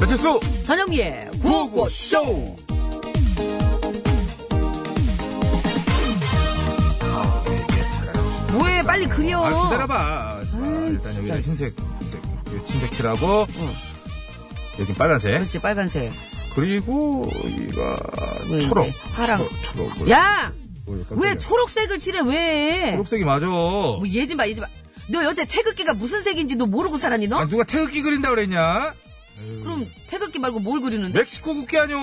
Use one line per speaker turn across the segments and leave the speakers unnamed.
배칠수
전영미의
구호쇼
뭐해 빨리 그려.
아 기다려봐 아, 일단 여기
진짜.
흰색 흰색 여기 흰색 칠하고 여기 빨간색
그렇지 빨간색.
그렇죠.
그리고 여기가
왜 이렇게
초록
파랑.
초록 초록
야!
어, 깜짝이야.
왜 초록색을 칠해 왜?
초록색이 맞아
뭐 예지 마 예지 마. 너 여태 태극기가 무슨 색인지 너 모르고 살았니 너?
아, 누가 태극기 그린다 그랬냐
그럼 태극기 말고 뭘 그리는데?
멕시코 국기 아뇨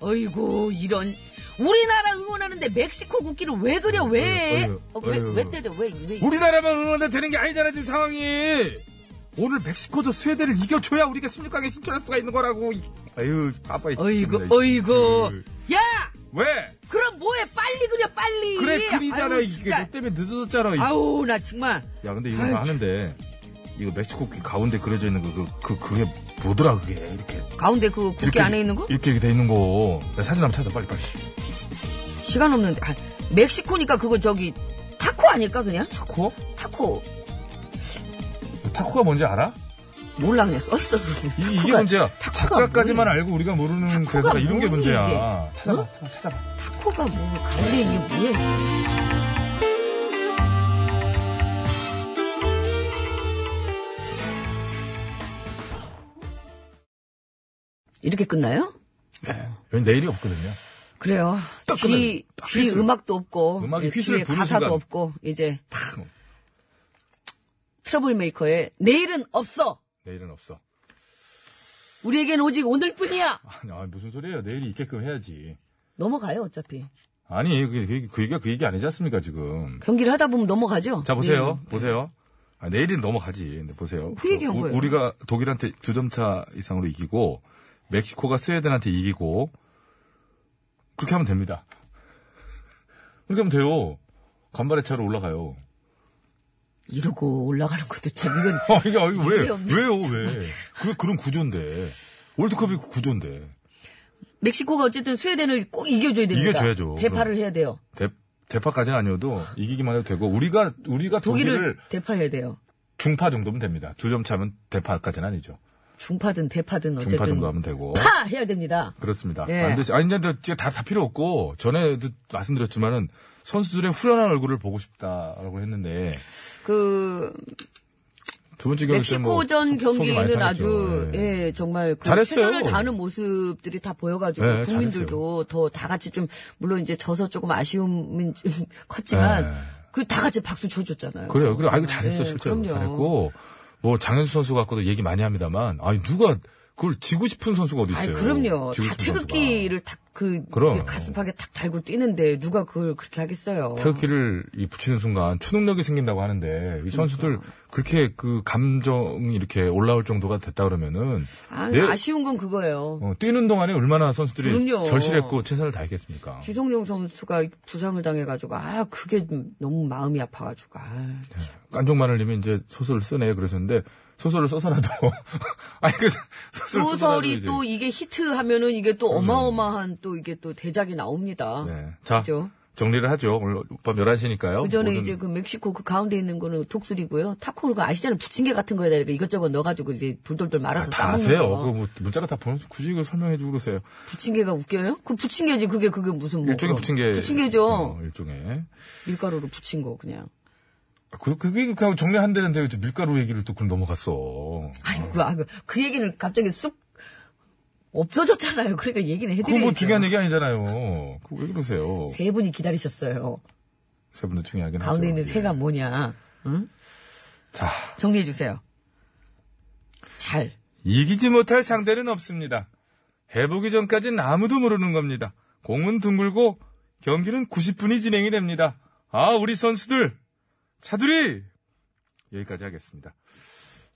어이구 이런 우리나라 응원하는데 멕시코 국기를 왜 그려 왜?
어휴,
어, 왜,
어휴.
왜 때려 왜? 왜?
우리나라만 응원한다 되는 게 아니잖아 지금 상황이 오늘 멕시코도 스웨덴을 이겨줘야 우리가 16강에 진출할 수가 있는 거라고 이- 아유 바빠 이-
어이구
진짜.
어이구.
그-
야
왜
그럼 뭐해 빨리 그려 빨리.
그래 그리잖아
아유,
이게
진짜.
너 때문에 늦어졌잖아 이거.
아우 나 정말
야 근데 이런 거 하는데 이거 멕시코 국기 가운데 그려져 있는 거 그 그, 게 뭐더라 그게 이렇게
가운데 그 국기
이렇게,
안에 있는 거?
이렇게 이렇게 돼 있는 거 야, 사진 한번 찾아 빨리 빨리
시간 없는데 아, 멕시코니까 그거 저기 타코 아닐까 그냥?
타코
타코
그 타코가 뭔지 알아?
몰라 그냥 써 있었어.
이, 이게
타코가-
문제야
타코가
작가까지만
뭐야?
알고 우리가 모르는
타코가
그래서 이런 게
뭐니,
문제야
이게?
찾아봐
어?
찾아봐 찾아봐
타코가 뭐 가운데 있는 게 뭐야? 이렇게 끝나요?
네. 여기 내일이 없거든요
그래요.
딱
귀,
끝나요.
귀
휘슬.
음악도 없고
음악이
예,
휘슬을
귀에
부는
가사도
순간.
없고 이제
탁
트러블 메이커의 내일은 없어.
내일은 없어
우리에겐 오직 오늘뿐이야.
아니 아니, 무슨 소리예요 내일이 있게끔 해야지
넘어가요 어차피
아니 그, 그, 그 얘기가 그 얘기 아니지 않습니까 지금
경기를 하다 보면 넘어가죠.
자 보세요,
내일은.
보세요. 아, 내일은 넘어가지. 근데 보세요.
네. 그 얘기한
우-
거예요.
우리가 독일한테 두 점 차 이상으로 이기고 멕시코가 스웨덴한테 이기고 그렇게 하면 됩니다. 그렇게 하면 돼요. 간발의 차로 올라가요.
예. 이러고 올라가는 것도 참 이건
아, 이게 아, 이거 왜
이게 없네,
왜요 왜? 그게 그런 구조인데 월드컵이 그 구조인데
멕시코가 어쨌든 스웨덴을 꼭 이겨줘야 됩니다.
이겨줘야죠.
대파를 해야 돼요.
대 대파까지는 아니어도 이기기만 해도 되고 우리가 우리가
독일을,
독일을
대파해야 돼요.
중파 정도면 됩니다. 두 점 차면 대파까지는 아니죠.
중파든 대파든
중파
어쨌든
정도 하면 되고.
파 해야 됩니다.
그렇습니다.
예.
반드시. 아니, 근데 이제 다, 다 필요 없고, 전에도 말씀드렸지만은, 선수들의 후련한 얼굴을 보고 싶다라고 했는데,
그
두 번째 경기 때 뭐,
멕시코전
속- 속이 많이
경기는 아주
상했죠. 예.
예 정말 그
잘했어요.
최선을 다하는 모습들이 다 보여가지고
예,
국민들도 더 다 같이 좀 물론 이제 져서 조금 아쉬움은 좀 컸지만
예.
그 다 같이 박수 쳐줬잖아요.
그래요. 그래, 아, 이거 잘했어,
예,
실제로.
그럼요.
잘했고, 뭐, 장현수 선수 갖고도 얘기 많이 합니다만, 아니, 누가, 그걸 지고 싶은 선수가 어디
아이,
있어요?
그럼요.
지고
다
싶은
태극기를 탁, 그,
그럼.
이렇게 가슴팍에 탁 달고 뛰는데, 누가 그걸 그렇게 하겠어요.
선수가. 태극기를 이 붙이는 순간 추동력이 생긴다고 하는데, 이 선수들 그렇게 그 감정이 이렇게 올라올 정도가 됐다 그러면은,
아,
내-
아쉬운 건 그거예요.
어, 뛰는 동안에 얼마나 선수들이
그럼요.
절실했고 최선을 다했겠습니까?
기성용 선수가 부상을 당해가지고, 아, 그게 좀 너무 마음이 아파가지고, 아.
예. 깐종마늘님이 이제 소설을 쓰네 그러셨는데 소설을 써서라도 아니 그 소설
소설이 또 이게 히트하면은 이게 또 어마어마한 또 이게 또 대작이 나옵니다.
네. 어, 자
그죠?
정리를 하죠. 오늘 밤 11시니까요.
그 전에 이제 그 멕시코 그 가운데 있는 거는 독수리고요. 타코가 아시잖아요. 부침개 같은 거에다 이렇게 이것저것 넣어가지고 이제 돌돌돌 말아서
다
싸먹는
아세요.
거.
그거 뭐 문자로 다 보면서 굳이 이거 설명해주고 그러세요.
부침개가 웃겨요? 그 부침개지 그게 그게 무슨 뭐
일종의
그럼.
부침개.
부침개죠.
어, 일종의.
밀가루로 부친 거 그냥.
아, 그, 그게 그냥 정리한다는데 왜 밀가루 얘기를 또 그럼 넘어갔어.
아이고 아, 그, 그 얘기를 갑자기 쑥 없어졌잖아요. 그러니까 얘기는 해드려야죠.
그거 뭐 중요한 얘기 아니잖아요. 그거 왜 그러세요?
세 분이 기다리셨어요.
세 분도 중요하긴 하죠.
가운데 있는
예.
새가 뭐냐? 응?
자,
정리해 주세요. 잘.
이기지 못할 상대는 없습니다. 해보기 전까지는 아무도 모르는 겁니다. 공은 둥글고 경기는 90분이 진행이 됩니다. 아, 우리 선수들! 차두리! 여기까지 하겠습니다.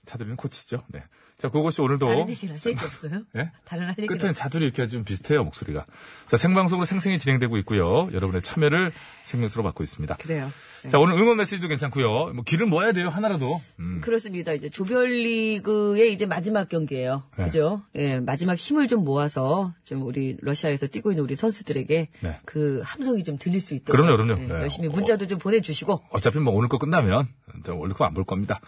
차두리는 코치죠. 네. 자, 그것이 오늘도
다른 얘기를 할 얘기 없어요?
예?
다른 할 얘기는
끝에는 자두리 이렇게 좀 비슷해요, 목소리가. 자, 생방송으로 생생히 진행되고 있고요. 여러분의 참여를 생명수로 받고 있습니다.
그래요. 네.
자, 오늘 응원 메시지도 괜찮고요. 뭐 길을 모아야 돼요, 하나라도. 음.
그렇습니다. 이제 조별리그의 이제 마지막 경기예요.
네.
그죠? 예, 마지막 힘을 좀 모아서 좀 우리 러시아에서 뛰고 있는 우리 선수들에게
네.
그 함성이 좀 들릴 수 있도록
그럼요, 그럼요.
예,
네.
열심히 문자도 좀 보내주시고
어차피 뭐 오늘 거 끝나면 저 월드컵 안 볼 겁니다.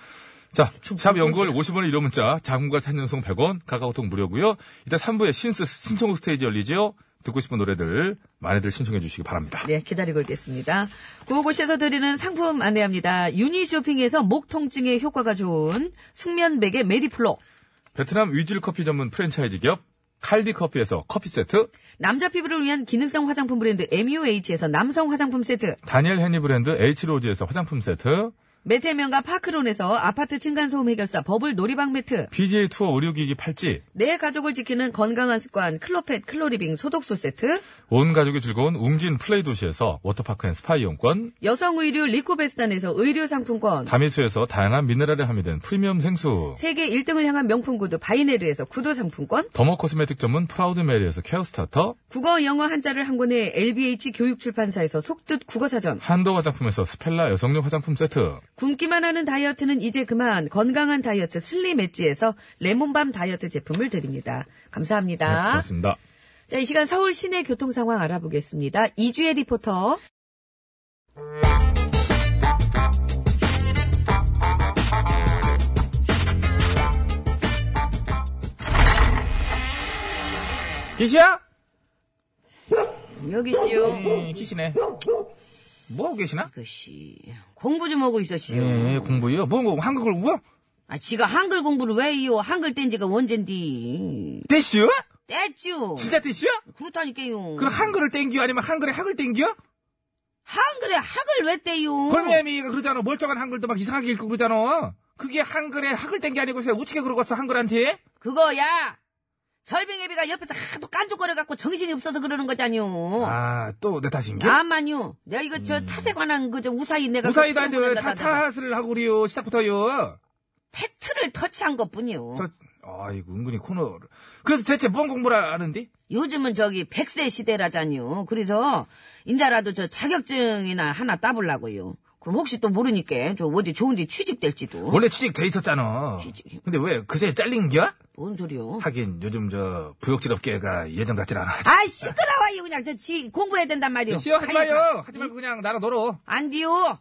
자, 샵 연구월 50원의 1호 문자, 장문과 찬연송 100원, 카카오톡 무료고요. 이따 3부에 신스 신청곡 스테이지 열리죠. 듣고 싶은 노래들 많이들 신청해 주시기 바랍니다.
네, 기다리고 있겠습니다. 구호고시에서 드리는 상품 안내합니다. 유니쇼핑에서 목 통증에 효과가 좋은 숙면 베개 메디플로
베트남 위즐 커피 전문 프랜차이즈 기업 칼디 커피에서 커피 세트,
남자 피부를 위한 기능성 화장품 브랜드 MUH에서 남성 화장품 세트
다니엘 헤니 브랜드 H로즈에서 화장품 세트,
매태면과 파크론에서 아파트 층간소음 해결사 버블 놀이방 매트
PGA 투어 의료기기 팔찌,
내 가족을 지키는 건강한 습관 클로펫 클로리빙 소독수 세트
온 가족이 즐거운 웅진 플레이 도시에서 워터파크 앤 스파 이용권,
여성 의류 리코베스탄에서 의류 상품권
다미수에서 다양한 미네랄에 함유된 프리미엄 생수,
세계 1등을 향한 명품 구두 바이네르에서 구두 상품권
더머 코스메틱 전문 프라우드 메리에서 케어 스타터,
국어 영어 한자를 한 권에 LBH 교육출판사에서 속뜻 국어사전
한도 화장품에서 스펠라 여성용 화장품 세트,
굶기만 하는 다이어트는 이제 그만 건강한 다이어트 슬림 엣지에서 레몬밤 다이어트 제품을 드립니다.
네,
감사합니다.
그렇습니다.
자, 이 시간 서울 시내 교통 상황 알아보겠습니다. 이주혜 리포터.
계시야?
여기 씨요.
계시네. 뭐 하고 계시나?
이것이 공부 좀 하고 있었시요.
예, 공부요. 뭐, 뭐 한국을 뭐?
아, 지가 한글 공부를 왜요? 한글 뗀 지가 언젠디.
대슈?
뗐죠.
진짜 대슈?
그렇다니까요.
그럼 한글을 땡겨 아니면 한글에 학을 땡겨?
한글에 학을 왜 떼요?
골미애미가 그러잖아. 멀쩡한 한글도 막 이상하게 읽고 그러잖아. 그게 한글에 학을 땡겨 아니고 있어요. 우측에 그러겠어 한글한테?
그거야. 설빙애비가 옆에서 하도 깐죽거려갖고 정신이 없어서 그러는 거잖요.
아, 또 내 탓인가?
나만요. 내가 이거 저 탓에 관한 그저 우사히
음.
내가
우사이도
그
한데 왜
내가
탓-
내가
탓을 하고 그래요. 시작부터요.
팩트를 터치한 것뿐이요.
저- 아이고, 은근히 코너를. 그래서 대체 뭔 공부를 하는데?
요즘은 저기 백세 시대라잖요. 그래서 인자라도 저 자격증이나 하나 따보려고요. 그럼 혹시 또 모르니까 저 어디 좋은데 취직될지도.
원래 취직돼 있었잖아.
어? 취직이요?
근데 왜 그새 잘린겨?
뭔 소리요?
하긴 요즘 저 부역질 업계가 예전 같질 않아.
아 시끄러워요 그냥 저 지 공부해야 된단 말이요.
시어 하지 마요. 하지 말고 그냥 나라 놀어.
안 돼요.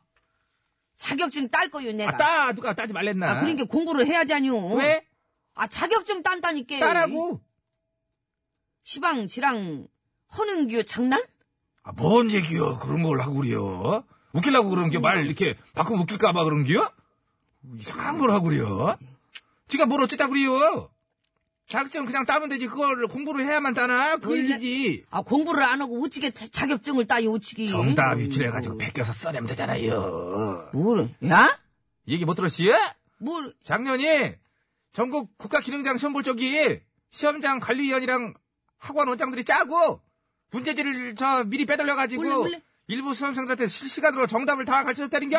자격증 딸 거요 내가.
아, 따 누가 따지 말랬나?
아, 그러니까 공부를 해야잖요.
왜
아 자격증 딴다니까.
따라고?
시방 지랑 허능규 장난?
아, 뭔 얘기여? 그런 걸 하고 그래요? 웃기려고 그런 게 말 이렇게 바꾸면 웃길까봐 그런 게요? 이상한 걸 하고 그래요? 지가 뭘 어쨌다 그래요? 자격증 그냥 따면 되지. 그걸 공부를 해야만 따나? 그
원래-
얘기지.
아 공부를 안 하고 우찌게 자- 자격증을 따요 우찌기.
정답 유출해가지고 베껴서 써내면 되잖아요.
음. 뭘? 야?
얘기 못 들었시요?
뭘?
작년이 전국 국가기능장 시험 볼 적이 시험장 관리위원이랑 학원 원장들이 짜고 문제지를 저 미리 빼돌려가지고
몰래, 몰래.
일부 수험생들한테 실시간으로 정답을 다 가르쳐줬다는겨?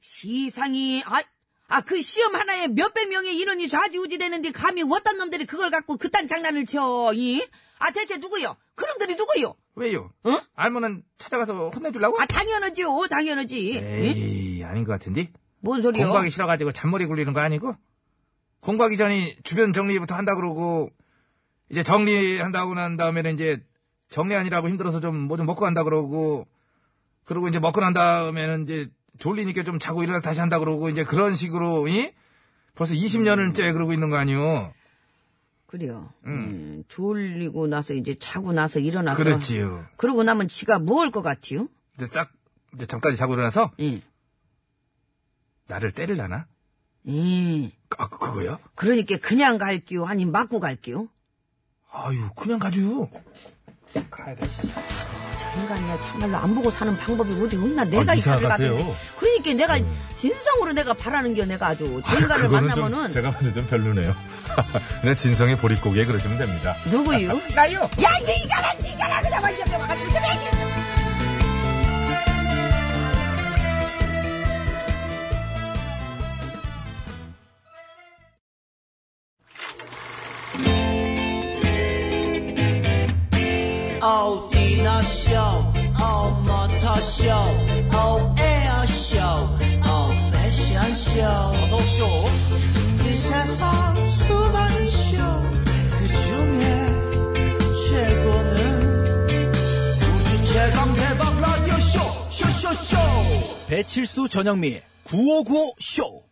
시상이 아. 아, 그 시험 하나에 몇백 명의 인원이 좌지우지 되는데 감히 어떤 놈들이 그걸 갖고 그딴 장난을 쳐, 이? 아, 대체 누구요? 그놈들이 누구요?
왜요?
응?
알면은 찾아가서 혼내주려고?
어? 아, 당연하지요, 당연하지. 예?
에이 아닌 것 같은데?
뭔 소리요?
공부하기 싫어가지고 잔머리 굴리는 거 아니고? 공부하기 전에 주변 정리부터 한다 그러고 이제 정리한다고 난 다음에는 이제 정리 아니라고 힘들어서 좀 뭐 좀 먹고 간다 그러고 그리고 이제 먹고 난 다음에는 이제 졸리니까 좀 자고 일어나서 다시 한다 그러고 이제 그런 식으로 이? 벌써 20년을째 그러고 있는 거 아니요?
그래요. 음, 졸리고 나서 이제 자고 나서 일어나서.
그렇지요.
그러고 나면 지가 먹을 것 같지요?
이제 싹 이제 잠까지 자고 일어나서
예.
나를 때릴라나?
예.
아 그- 그거요?
그러니까 그냥 갈게요. 아니면 맞고 갈게요.
아유 그냥 가죠. 가야 돼.
인간이야 참말로 안 보고 사는 방법이 어디 없나 내가
아,
이 사를
이상하세요. 음.
가든지 그러니까 내가 진성으로 내가 바라는 게 내가 아주 저 인간을
그거는 좀
만나면은
제가 봤을 때 좀 별로네요. 그냥 진성의 보릿고개 그러시면 됩니다.
누구요?
나요.
야, 이거 이가라, 이가라, 그냥 막 이렇게 와가지고, 저기, 여기.
奥迪那秀，奥摩托秀，奥 air 秀，奥 fashion秀，어서 오쇼. 이 세상 수많은 쇼, 그 중에 최고는 우주 최강 대박 라디오 쇼, 쇼쇼쇼. 배칠수 전영미, 9595 쇼.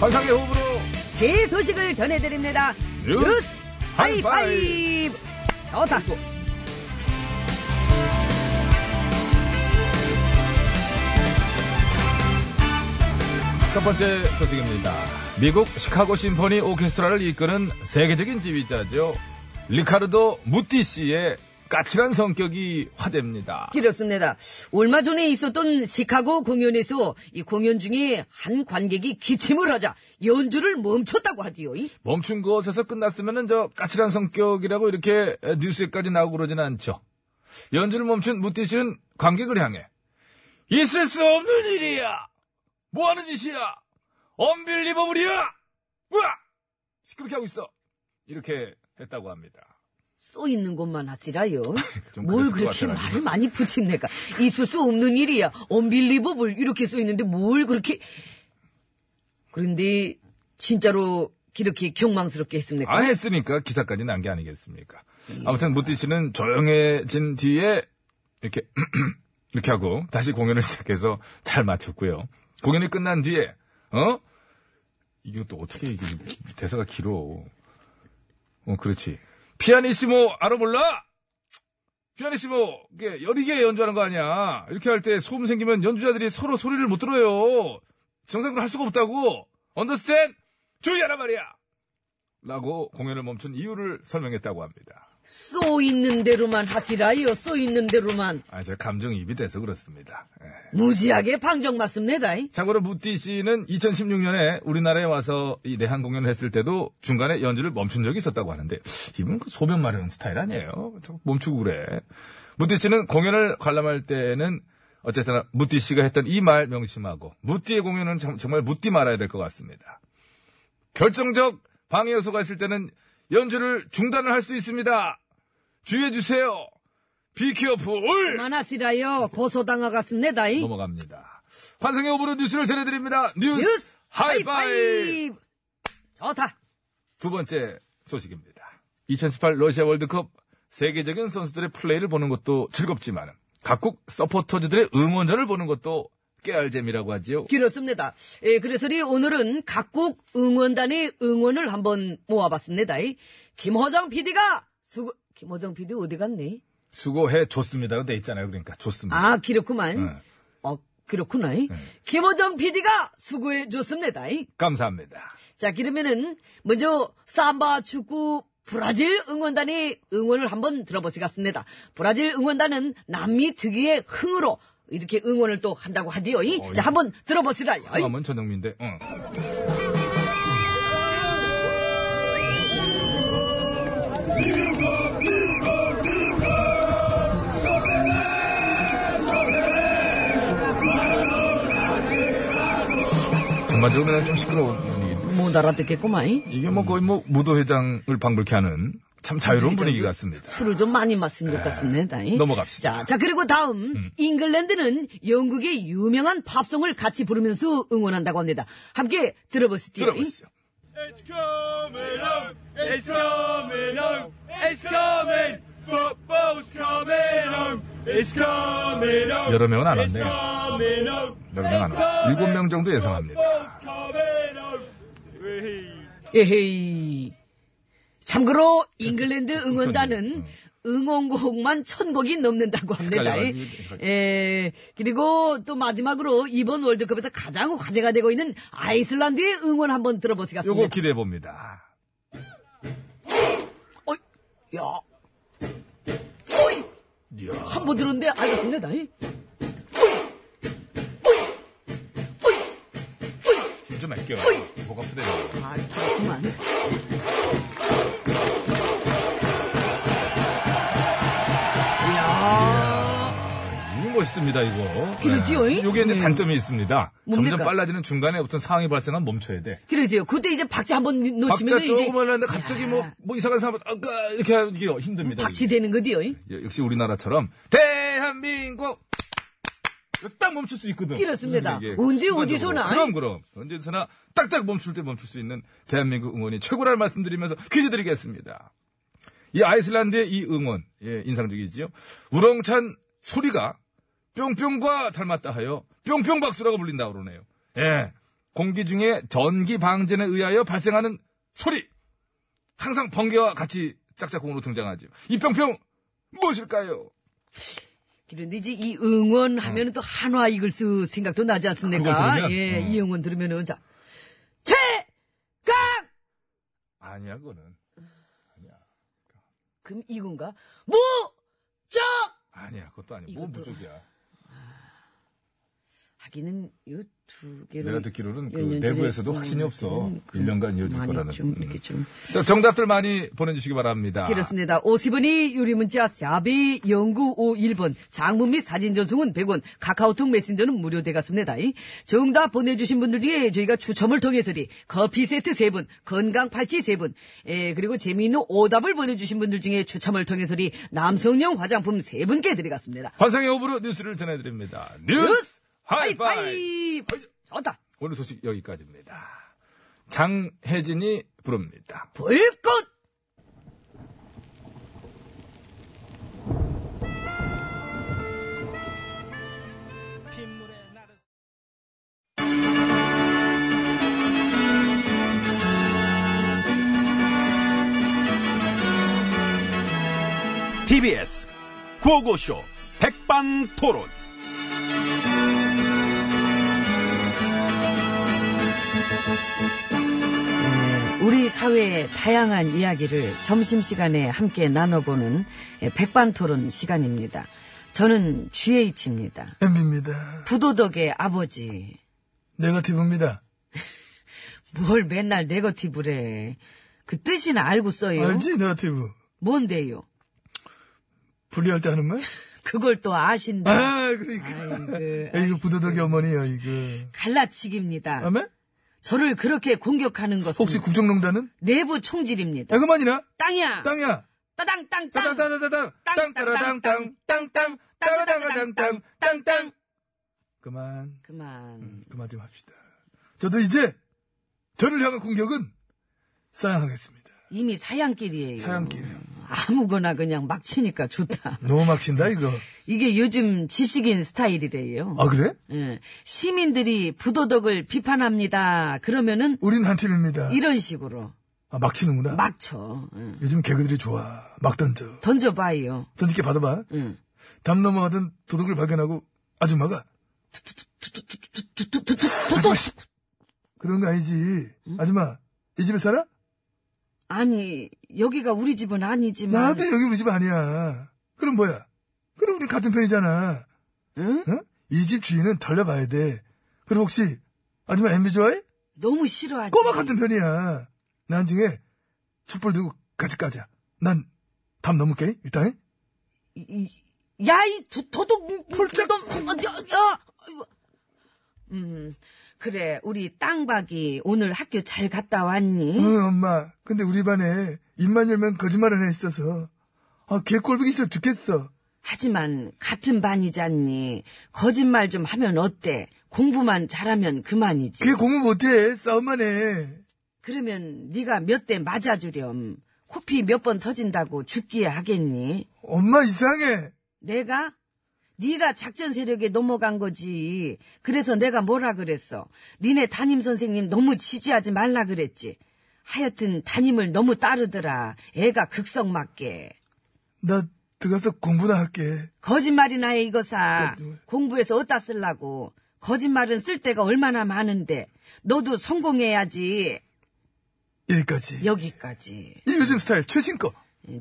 환상의 호흡으로
제 소식을 전해드립니다.
뉴스
뉴스
하이파이브.
하이파이브. 어다.
첫 번째 소식입니다. 미국 시카고 심포니 오케스트라를 이끄는 세계적인 지휘자죠. 리카르도 무띠 씨의 까칠한 성격이 화됩니다.
그렇습니다. 얼마 전에 있었던 시카고 공연에서 이 공연 중에 한 관객이 기침을 하자 연주를 멈췄다고 하디요. 이?
멈춘 것에서 끝났으면은 저 까칠한 성격이라고 이렇게 뉴스에까지 나오고 그러진 않죠. 연주를 멈춘 무띠 씨는 관객을 향해 있을 수 없는 일이야. 뭐 하는 짓이야? 언빌리버블이야. 으아! 시끄럽게 하고 있어. 이렇게 했다고 합니다.
써 있는 것만 하시라요.
좀
뭘
그랬을 것
그렇게
같아가지고.
말을 많이 붙입니까? 있을 수 없는 일이야. 언빌리버블 이렇게 써 있는데 뭘 그렇게 그런데 진짜로 이렇게 경망스럽게 했습니까?
안 아, 했으니까 기사까지 난 게 아니겠습니까? 아무튼 무띠 씨는 조용해진 뒤에 이렇게 이렇게 하고 다시 공연을 시작해서 잘 마쳤고요. 공연이 끝난 뒤에 어 이게 또 어떻게 이게 대사가 길어? 어 그렇지. 피아니시모 알아 몰라? 피아니시모 이게 여리게 연주하는 거 아니야? 이렇게 할 때 소음 생기면 연주자들이 서로 소리를 못 들어요. 정상적으로 할 수가 없다고. 언더스탠? 주의하라 말이야. 라고 공연을 멈춘 이유를 설명했다고 합니다.
써 있는 대로만 하시라요. 써 있는 대로만
아, 제가 감정이입이 돼서 그렇습니다. 예.
무지하게 방정 맞습니다.
참고로 무띠 씨는 2016년에 우리나라에 와서 이 내한 공연을 했을 때도 중간에 연주를 멈춘 적이 있었다고 하는데 이분 그 소변 마르는 스타일 아니에요? 자꾸 멈추고 그래. 무띠 씨는 공연을 관람할 때는 어쨌든 무띠 씨가 했던 이 말 명심하고 무띠의 공연은 참- 정말 무띠 말아야 될 것 같습니다. 결정적 방해 요소가 있을 때는 연주를 중단을 할 수 있습니다. 주의해 주세요. 비키어풀.
만하시라요. 고소당하겠습니다.
넘어갑니다. 환승의 오브로 뉴스를 전해드립니다. 뉴스,
뉴스
하이파이!
하이파이브. 좋다.
두 번째 소식입니다. 2018 러시아 월드컵 세계적인 선수들의 플레이를 보는 것도 즐겁지만 각국 서포터즈들의 응원전을 보는 것도 깨알 재미라고 하지요.
그렇습니다. 예, 그래서 이 오늘은 각국 응원단의 응원을 한번 모아봤습니다. 이 김호정 PD가 수고, 김호정 PD 어디 갔니?
수고해 줬습니다로 돼 있잖아요. 그러니까 좋습니다.
아, 그렇구만.
네.
어, 그렇구나. 이 김호정 PD가 수고해 줬습니다. 이
감사합니다.
자, 그러면은 먼저 삼바 축구 브라질 응원단의 응원을 한번 들어보시겠습니다. 브라질 응원단은 남미 특유의 흥으로 이렇게 응원을 또 한다고 하디요. 이
어이.
자, 한번 들어보시라. 이
다음은 전영민인데. 응. 전반적으로 그냥 좀 시끄러운 이-
못 알아듣겠구만. 이
이게 뭐 거의 뭐 무도회장을 방불케 하는
참 자유로운
굉장히
분위기 같습니다. 네.
술을 좀 많이 마신 것 같습니다. 이.
넘어갑시다.
자, 자 그리고 다음 잉글랜드는 영국의 유명한 팝송을 같이 부르면서 응원한다고 합니다. 함께
예.
들어보시죠.
들어보시죠.
It's coming home. It's coming home. It's coming. Football's coming home. It's coming home.
여러 명은 안 왔네요.
coming home.
여러 명안 왔어요. 일곱 명 정도 예상합니다.
Football's coming home.
예, 에헤이. 참고로 잉글랜드 응원단은 응원곡만 천 곡이 넘는다고 합니다.
음. 헷갈려가지고.
예, 그리고 또 마지막으로 이번 월드컵에서 가장 화제가 되고 있는 아이슬란드의 응원 한번 들어보시겠습니다.
예.
요거 기대해 봅니다.
어이, 야. 어이! 한 번 들었는데 알겠습니다. 예. 이.
힘좀 아껴요. 목 아프대요.
아, 그렇구만.
네. 이거 멋있습니다, 이거.
그러지요, 이?
요게 이제
네.
단점이 있습니다.
뭡니까?
점점 빨라지는 중간에 어떤 상황이 발생하면 멈춰야 돼.
그러지요. 그때 이제 박자 한번
박자
놓치면 이제
조금 올랐는데 갑자기 뭐, 뭐 이상한 사람, 아까 이렇게 하는 게 힘듭니다.
뭐
이게.
박치되는 거디요. 이.
여- 역시 우리나라처럼, 대한민국! 이거 딱 멈출 수 있거든.
그렇습니다.
이게
언제
순간적으로.
어디서나.
뭐 그럼, 그럼. 언제서나 딱딱 멈출 때 멈출 수 있는 대한민국 응원이 최고라는 말씀드리면서 퀴즈 드리겠습니다. 이 아이슬란드의 이 응원, 예, 인상적이지요. 우렁찬 소리가 뿅뿅과 닮았다 하여 뿅뿅 박수라고 불린다고 그러네요. 예. 공기 중에 전기 방전에 의하여 발생하는 소리. 항상 번개와 같이 짝짝꿍으로 등장하죠. 이 뿅뿅 무엇일까요?
그런데 이제 이 응원 하면은 또 한화 이글스 생각도 나지
그걸
않습니까?
들으면?
예,
어.
이 응원 들으면은 자, 최강
아니야, 그거는.
그럼 이건가? 무적
아니야, 그것도 아니고. 뭐
이것도-
무적이야.
하기는 요 두 개로
내가 듣기로는 그
연년치를
내부에서도 확신이 없어.
보면은 그
1년간 이어질
많이
거라는.
좀
음.
이렇게 좀
자, 정답들 많이 보내주시기 바랍니다.
그렇습니다. 50원이 유리문자 샤비 0951번 장문 및 사진 전송은 100원 카카오톡 메신저는 무료되겠습니다. 이. 정답 보내주신 분들 중에 저희가 추첨을 통해서리 커피 세트 3분 건강 팔찌 3분 예, 그리고 재미있는 오답을 보내주신 분들 중에 추첨을 통해서리 남성용 화장품 3분께 드리겠습니다.
환상의 호불호 뉴스를 전해드립니다. 뉴스, 하이파이!
좋다.
오늘 소식 여기까지입니다. 장혜진이 부릅니다.
불꽃
TBS 구호고쇼 백반토론.
음, 우리 사회의 다양한 이야기를 점심시간에 함께 나눠보는 백반토론 시간입니다. 저는 GH입니다.
엠비입니다.
부도덕의 아버지.
네거티브입니다.
뭘 맨날 네거티브래. 그 뜻이나 알고 써요.
알지? 네거티브.
뭔데요?
분리할 때 하는 말?
그걸 또 아신다.
아, 그러니까.
아이고,
이거 부도덕이 어머니야, 이거.
아.
갈라치기입니다.
다음에?
저를 그렇게 공격하는 것은
혹시 국정농단은?
내부 총질입니다.
야, 그만이나?
땅이야.
땅이야!
따당 땅땅.
땅땅땅땅땅! 땅따라당땅! 땅땅! 따라당땅땅! 땅땅!
그만,
그만.
음, 그만 좀 합시다. 저도 이제, 저를 향한 공격은, 사양하겠습니다.
이미 사양길이에요.
사양길.
아무거나 그냥 막 치니까 좋다.
너무 막힌다, 이거.
이게 요즘 지식인 스타일이래요.
아, 그래?
예. 시민들이 부도덕을 비판합니다. 그러면은
우린 한 팀입니다.
이런 식으로
아, 막히는구나.
막 쳐. 예.
요즘 개그들이 좋아. 막 던져.
던져봐요. 예.
던지게 받아봐.
응.
담 넘어가던 도둑을 발견하고, 아줌마가,
두두두두두두두두.
그런 거 아니지. 아줌마, 이 집에 살아?
아니 여기가 우리 집은 아니지만
나도 여기 우리 집 아니야. 그럼 뭐야? 그럼 우리 같은 편이잖아.
응?
이 집 주인은 털려봐야 돼. 그리고 혹시 아줌마 MB 좋아해?
너무 싫어하지.
꼬마 같은 편이야. 나중에 촛불 들고 같이 까자. 난 담 넘을게 일단.
야이 도둑 폴짝. 야. 아이고. 어, 음. 그래, 우리 땅박이 오늘 학교 잘 갔다 왔니?
응, 엄마. 근데 우리 반에 입만 열면 거짓말을 해 있어서. 아, 개꼴보기 싫어 죽겠어.
하지만 같은 반이잖니. 거짓말 좀 하면 어때? 공부만 잘하면 그만이지.
걔 공부 못해. 싸움만 해.
그러면 네가 몇 대 맞아주렴. 코피 몇 번 터진다고 죽기야 하겠니?
엄마 이상해.
내가? 네가 작전 세력에 넘어간 거지. 그래서 내가 뭐라 그랬어. 니네 담임 선생님 너무 지지하지 말라 그랬지. 하여튼 담임을 너무 따르더라. 애가 극성 맞게.
나 들어가서 공부나 할게.
거짓말이나 해
네,
이거사. 공부해서 어디다 쓸라고. 거짓말은 쓸 데가 얼마나 많은데. 너도 성공해야지.
여기까지.
여기까지.
이 요즘 스타일 최신 거.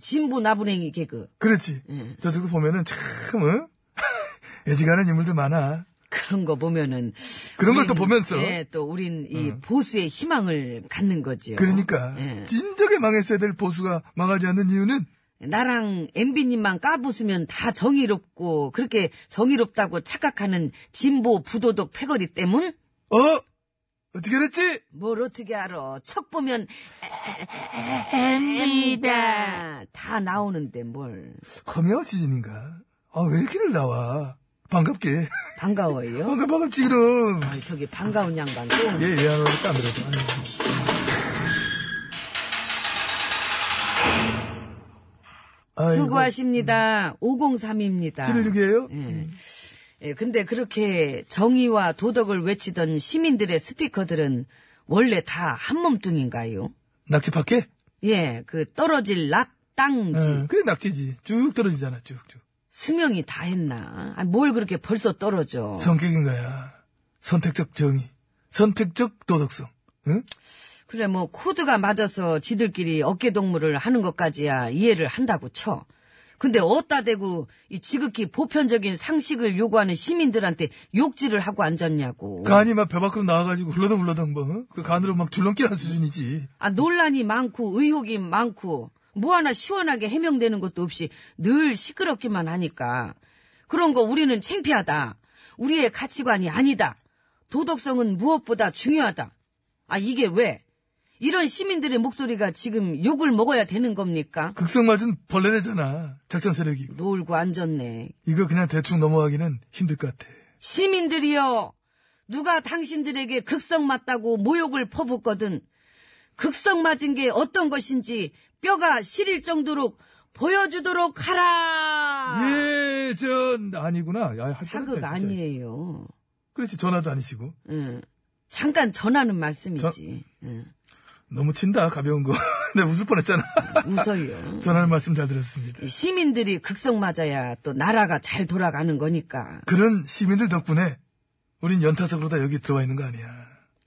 진보 나부랭이 개그.
그렇지. 저쪽도 보면은 참, 어? 애지간한 인물들 많아.
그런 거 보면은
그런 걸또
우린,
보면서. 어.
예, 또 우린 이 보수의 희망을 갖는 거죠.
그러니까
예.
진작에 망했어야 될 보수가 망하지 않는 이유는
나랑 엠비님만 까부수면 다 정의롭고 그렇게 정의롭다고 착각하는 진보 부도덕 패거리 때문?
어 어떻게 됐지?
뭘 어떻게 알아? 척 보면 엠비다 다 나오는데 뭘
커밍아웃 시즌인가? 아 왜 이렇게 나와? 반갑게.
반가워요?
반갑 반갑지 그럼.
아니, 저기 반가운 양반 또 오네.
얘얘 하나 안 들어도. 아유. 아이고,
수고하십니다. 503입니다.
716이에요?
예. 예, 근데 그렇게 정의와 도덕을 외치던 시민들의 스피커들은 원래 다 한몸뚱인가요?
낙지 밖에?
예, 그 떨어질 낙, 땅지.
응, 그래 낙지지. 쭉 떨어지잖아 쭉쭉.
수명이 다 했나? 아, 뭘 그렇게 벌써 떨어져?
성격인 거야. 선택적 정의, 선택적 도덕성. 응?
그래, 뭐, 코드가 맞아서 지들끼리 어깨동무를 하는 것까지야 이해를 한다고 쳐. 근데 어따 대고 이 지극히 보편적인 상식을 요구하는 시민들한테 욕질을 하고 앉았냐고.
간이 막 배 밖으로 나와가지고 훌러덩 훌러덩 뭐, 어? 그 간으로 막 줄넘기를 한 수준이지.
아, 논란이 많고 의혹이 많고 뭐 하나 시원하게 해명되는 것도 없이 늘 시끄럽기만 하니까 그런 거 우리는 창피하다. 우리의 가치관이 아니다. 도덕성은 무엇보다 중요하다. 아, 이게 왜? 이런 시민들의 목소리가 지금 욕을 먹어야 되는 겁니까?
극성 맞은 벌레래잖아. 작전 세력이.
놀고 앉았네.
이거 그냥 대충 넘어가기는 힘들 것 같아.
시민들이여, 누가 당신들에게 극성 맞다고 모욕을 퍼붓거든. 극성 맞은 게 어떤 것인지 뼈가 시릴 정도로 보여주도록 하라!
예, 전, 아니구나. 야, 할
아. 사극
뻔했다, 진짜.
아니에요.
그렇지, 전화도 아니시고.
응. 잠깐 전하는 말씀이지. 예. 응.
너무 친다, 가벼운 거. 내가 웃을 뻔 했잖아.
웃어요.
전하는 말씀 잘 들었습니다.
시민들이 극성 맞아야 또 나라가 잘 돌아가는 거니까.
그런 시민들 덕분에, 우린 연타석으로 다 여기 들어와 있는 거 아니야.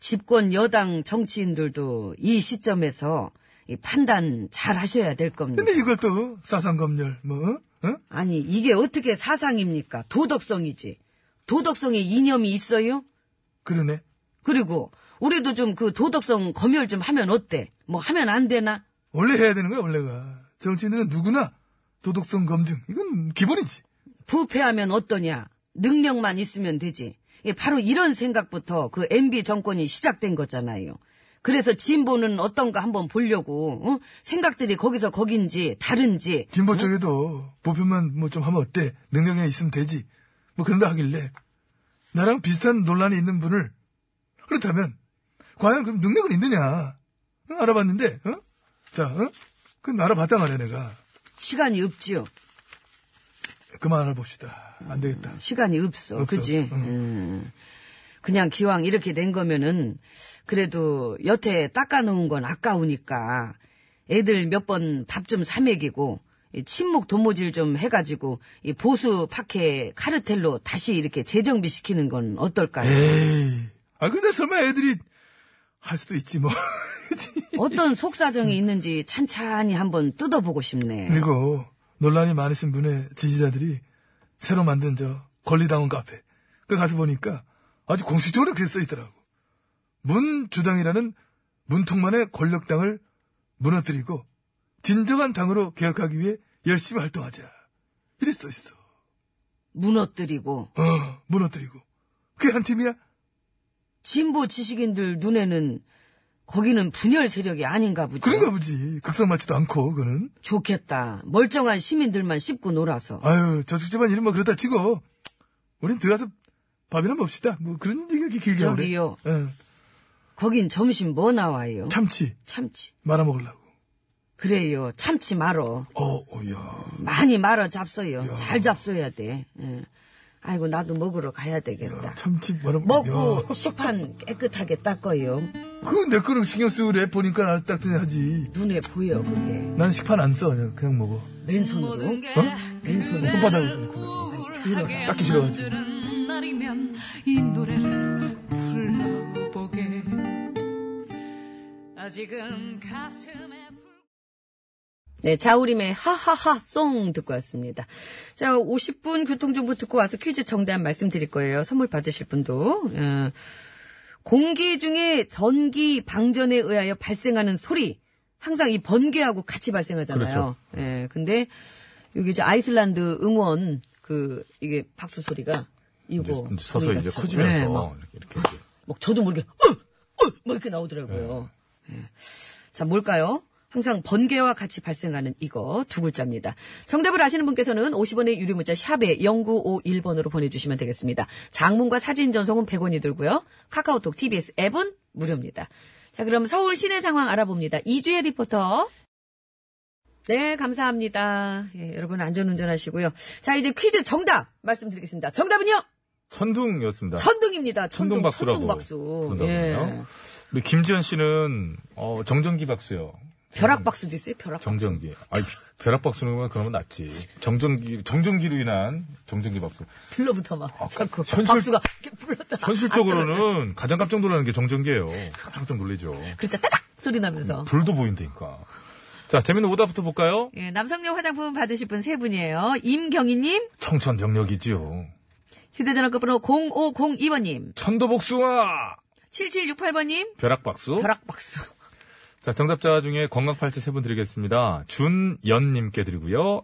집권 여당 정치인들도 이 시점에서 이 판단 잘 하셔야 될 겁니다.
근데 이걸 또, 사상검열, 뭐, 어? 어?
아니, 이게 어떻게 사상입니까? 도덕성이지. 도덕성에 이념이 있어요?
그러네.
그리고, 우리도 좀 그 도덕성 검열 좀 하면 어때? 뭐 하면 안 되나?
원래 해야 되는 거야, 원래가. 정치인들은 누구나 도덕성 검증. 이건 기본이지.
부패하면 어떠냐? 능력만 있으면 되지. 예, 바로 이런 생각부터 그 MB 정권이 시작된 거잖아요. 그래서 진보는 어떤가 한번 보려고, 어? 생각들이 거기서 거긴지, 다른지,
진보 쪽에도 보편만 뭐 좀 하면 어때? 능력이 있으면 되지. 뭐 그런다 하길래 나랑 비슷한 논란이 있는 분을 그렇다면 과연 그럼 능력은 있느냐? 응, 알아봤는데, 어? 자, 어? 그럼 알아봤다 말이야 내가.
시간이 없지요.
그만 알아봅시다. 안 되겠다.
시간이 없어.
없어,
그지?
없어. 응.
음. 그냥 기왕 이렇게 된 거면은 그래도 여태 닦아놓은 건 아까우니까 애들 몇 번 밥 좀 사먹이고 이 침묵 도모질 좀 해가지고 이 보수 파케 카르텔로 다시 이렇게 재정비 시키는 건 어떨까요?
예. 에이. 아 근데 설마 애들이 할 수도 있지 뭐.
어떤 속사정이 있는지 찬찬히 한번 뜯어보고 싶네.
그리고 논란이 많으신 분의 지지자들이 새로 만든 저 권리당원 카페 그 가서 보니까 아주 공식적으로 그렇게 써 있더라고. 문주당이라는 문통만의 권력당을 무너뜨리고 진정한 당으로 개혁하기 위해 열심히 활동하자. 이래 써 있어.
무너뜨리고
어, 무너뜨리고. 그게 한 팀이야?
진보 지식인들 눈에는 거기는 분열 세력이 아닌가 보죠.
그런가 보지. 극성 맞지도 않고, 그는.
좋겠다. 멀쩡한 시민들만 씹고 놀아서.
아유, 저숙집안 일은 뭐 그렇다 치고, 우린 들어가서 밥이나 먹읍시다. 뭐 그런 얘기 이렇게 길게 하래.
저기요.
응.
거긴 점심 뭐 나와요?
참치
참치.
말아 먹으려고.
그래요. 참치 말어.
어, 어, 야.
많이 말아 잡숴요. 잘 잡숴야 돼. 예. 아이고 나도 먹으러 가야 되겠다.
참치 말아 먹-
먹고
야.
식판 깨끗하게 닦아요.
그건 내 거를 신경 쓰래 보니까 알아서 닦더니 하지.
눈에 보여 그게.
난 식판 안 써. 그냥, 그냥 먹어.
맨손으로.
어? 손바닥을 놓고. 그래. 닦기 싫어가지고.
날이면 이 노래를 불러보게 아직은 가슴에 불...
네, 자우림의 하하하 송 듣고 왔습니다. 자, 50분 교통정보 듣고 와서 퀴즈 정답 말씀드릴 거예요. 선물 받으실 분도. 어, 공기 중에 전기 방전에 의하여 발생하는 소리. 항상 이 번개하고 같이
그렇죠.
발생하잖아요. 예, 근데 여기 이제 아이슬란드 응원 그 이게 박수 소리가 이거
이제 서서히 이제
소리가
커지면서
예, 막,
이렇게, 이렇게
막 저도 모르게 어! 어! 막 이렇게 나오더라고요. 예. 자, 뭘까요? 항상 번개와 같이 발생하는 이거 두 글자입니다. 정답을 아시는 분께서는 50원의 유료 문자 샵에 0951번으로 보내주시면 되겠습니다. 장문과 사진 전송은 100원이 들고요. 카카오톡, TBS 앱은 무료입니다. 자, 그럼 서울 시내 상황 알아봅니다. 이주혜 리포터. 네, 감사합니다. 예, 여러분 안전운전 하시고요. 자, 이제 퀴즈 정답 말씀드리겠습니다. 정답은요?
천둥이었습니다.
천둥입니다. 천둥,
아. 천둥박수라고
천둥박수. 예.
그러더군요. 우리 김지현 씨는 어, 정전기 박수요.
예. 벼락박수도 있어요, 벼락.
정전기. 아니 벼락 박수는 그러면 낫지. 정전기 정전기로 인한 정전기 박수.
들러붙어 막.
아,
자꾸 그
현실-
박수가 이렇게 불러다.
현실적으로는 가장 깜짝 놀라는 게 정전기예요. 깜짝 놀리죠.
그렇죠. 따닥 소리 나면서.
불도 보인다니까. 자, 재밌는 오답부터 볼까요?
예, 남성용 화장품 받으실 분 세 분이에요. 임경희님,
청천 병력이지요.
휴대전화 끝번호 0502번님,
천도복숭아!
7768번님,
벼락박수.
벼락박수.
자, 정답자 중에 건강팔찌 세 분 드리겠습니다. 준연님께 드리고요.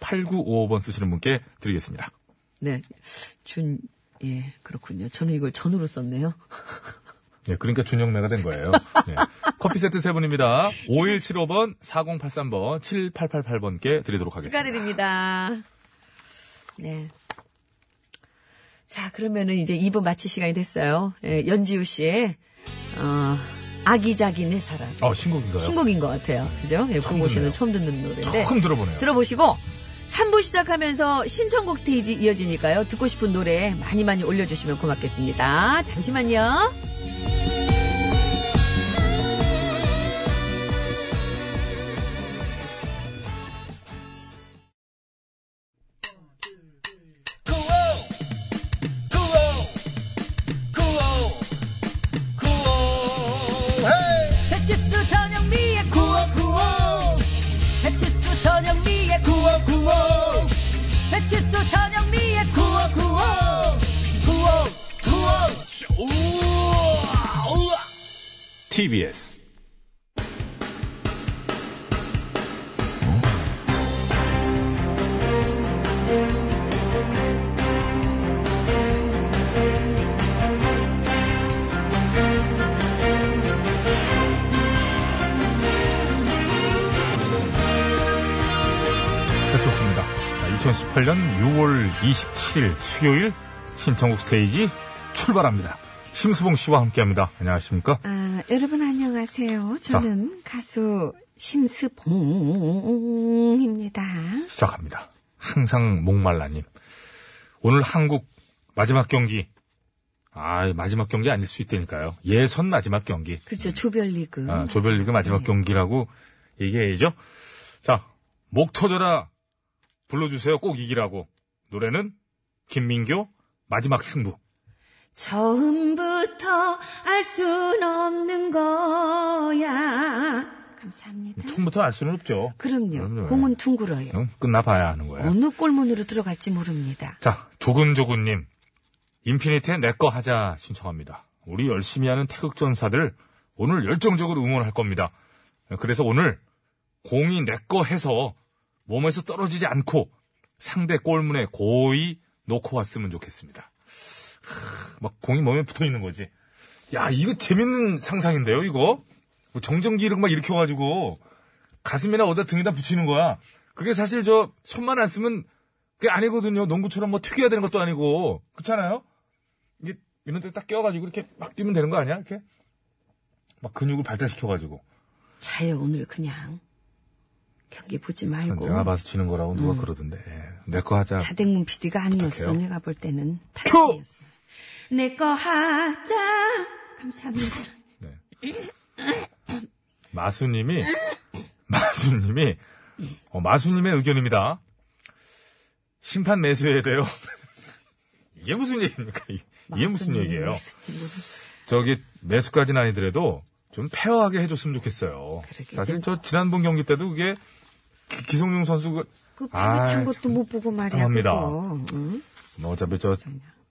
4623-8955번 쓰시는 분께 드리겠습니다.
네. 준, 예, 그렇군요. 저는 이걸 전으로 썼네요.
네, 그러니까 준영매가 된 거예요. 네. 커피 세트 세 분입니다. 5175번, 4083번, 7888번께 드리도록 하겠습니다.
축하드립니다. 네. 자, 그러면은 이제 2부 마칠 시간이 됐어요. 예, 연지우 씨의, 어, 아기자기 내 사랑.
어, 신곡인가요?
신곡인 것 같아요. 그죠? 예,
처음
고고
듣네요.
씨는 처음 듣는 노래인데.
처음 들어보네요.
들어보시고 3부 시작하면서 신청곡 스테이지 이어지니까요. 듣고 싶은 노래 많이 많이 올려주시면 고맙겠습니다. 잠시만요. 배치수 전영미의 구호 구호 배치수 전영미의 구호 구호 배치수 전영미의 구호
TBS. 네, 좋습니다. 2018년 6월 27일 수요일 신청국 스테이지 출발합니다. 심수봉 씨와 함께합니다. 안녕하십니까?
아, 여러분 안녕하세요. 저는 가수 심스봉입니다.
시작합니다. 항상 목말라님. 오늘 한국 마지막 경기. 아, 마지막 경기 아닐 수 있다니까요. 예선 마지막 경기.
그렇죠. 조별리그.
아, 조별리그 마지막 경기라고 얘기해야죠. 자, 목 터져라. 불러주세요. 꼭 이기라고. 노래는 김민교 마지막 승부.
처음부터 알 순 없는 거야. 감사합니다.
처음부터 알 수는 없죠.
그럼요.
그럼요. 음.
공은 둥그러요.
그럼 끝나봐야 하는 거예요.
어느 골문으로 들어갈지 모릅니다.
자, 조근조근님. 인피니트의 내꺼 하자 신청합니다. 우리 열심히 하는 태극전사들 오늘 열정적으로 응원할 겁니다. 그래서 오늘 공이 내꺼 해서 몸에서 떨어지지 않고 상대 골문에 고이 놓고 왔으면 좋겠습니다. 크, 막 공이 몸에 붙어 있는 거지. 야, 이거 재밌는 상상인데요, 이거? 뭐 정전기 이런 거막 일으켜가지고 가슴이나 어디다 등에다 붙이는 거야. 그게 사실 저 손만 안 쓰면 그게 아니거든요. 농구처럼 뭐 튀겨야 되는 것도 아니고. 그렇잖아요? 이게 이런 데 딱 껴가지고 이렇게 막 뛰면 되는 거 아니야? 이렇게? 막 근육을 발달시켜가지고.
자요, 오늘 그냥. 경기 보지 말고.
내가 봐서 치는 거라고 누가 그러던데. 내 거 하자.
자댕문 PD가 아니었어.
부탁해요.
내가 볼 때는 탈락이었어. 내 거 하자. 감사합니다.
마수님이, 마수님이, 어, 마수님의 의견입니다. 심판 매수해야 돼요. 이게 무슨 얘기입니까? 이- 이게 무슨 얘기예요? 저기, 매수까지는 아니더라도 좀 페어하게 해줬으면 좋겠어요.
그러게
사실 저 지난번 경기 때도 그게 기- 기성용 선수가
그
아,
피부 찬 것도 못 보고 말이야.
합니다.
네, 그거. 응?
뭐 어차피 저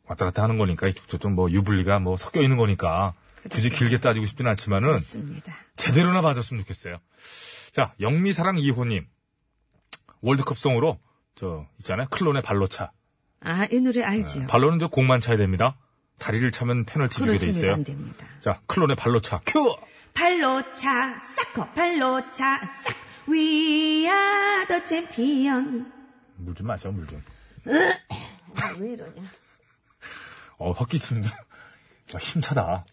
왔다 갔다 하는 거니까 이쪽 저쪽 뭐 유불리가 뭐 섞여 있는 거니까 굳이 길게 따지고 싶진 않지만은
맞습니다.
제대로나 봐줬으면 좋겠어요. 자, 영미사랑 이호님. 월드컵송으로, 저, 있잖아요. 클론의 발로차.
아, 이
네.
노래 알지요?
발로는 저 공만 차야 됩니다. 다리를 차면 페널티 주게 돼
그렇습니다.
있어요.
안 됩니다.
자, 클론의 발로차. 큐!
발로 차, 싹커, 발로 차, 싹. We are the champion.
물 좀 마셔, 물 좀.
아, 왜 이러냐.
어, 헛기침도. 아, 힘차다.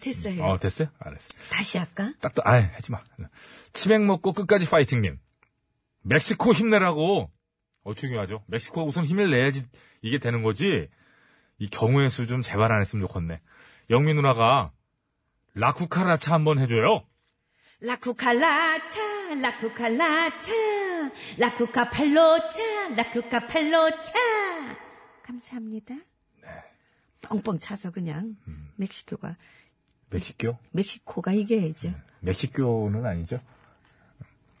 됐어요.
어, 됐어요? 안 했어.
다시 할까?
딱딱 아이, 하지 마. 치맥 먹고 끝까지 파이팅님. 멕시코 힘내라고. 어, 중요하죠. 멕시코 우선 힘을 내야지 이게 되는 거지. 이 경우의 수 좀 제발 안 했으면 좋겠네. 영미 누나가 라쿠카라차 한번 해줘요.
라쿠칼라차, 라쿠칼라차, 라쿠카 팔로차, 라쿠카 팔로차. 감사합니다.
네.
뻥뻥 차서 그냥
음.
멕시코가
멕시교?
멕시코가 이겨야죠.
멕시교는 아니죠.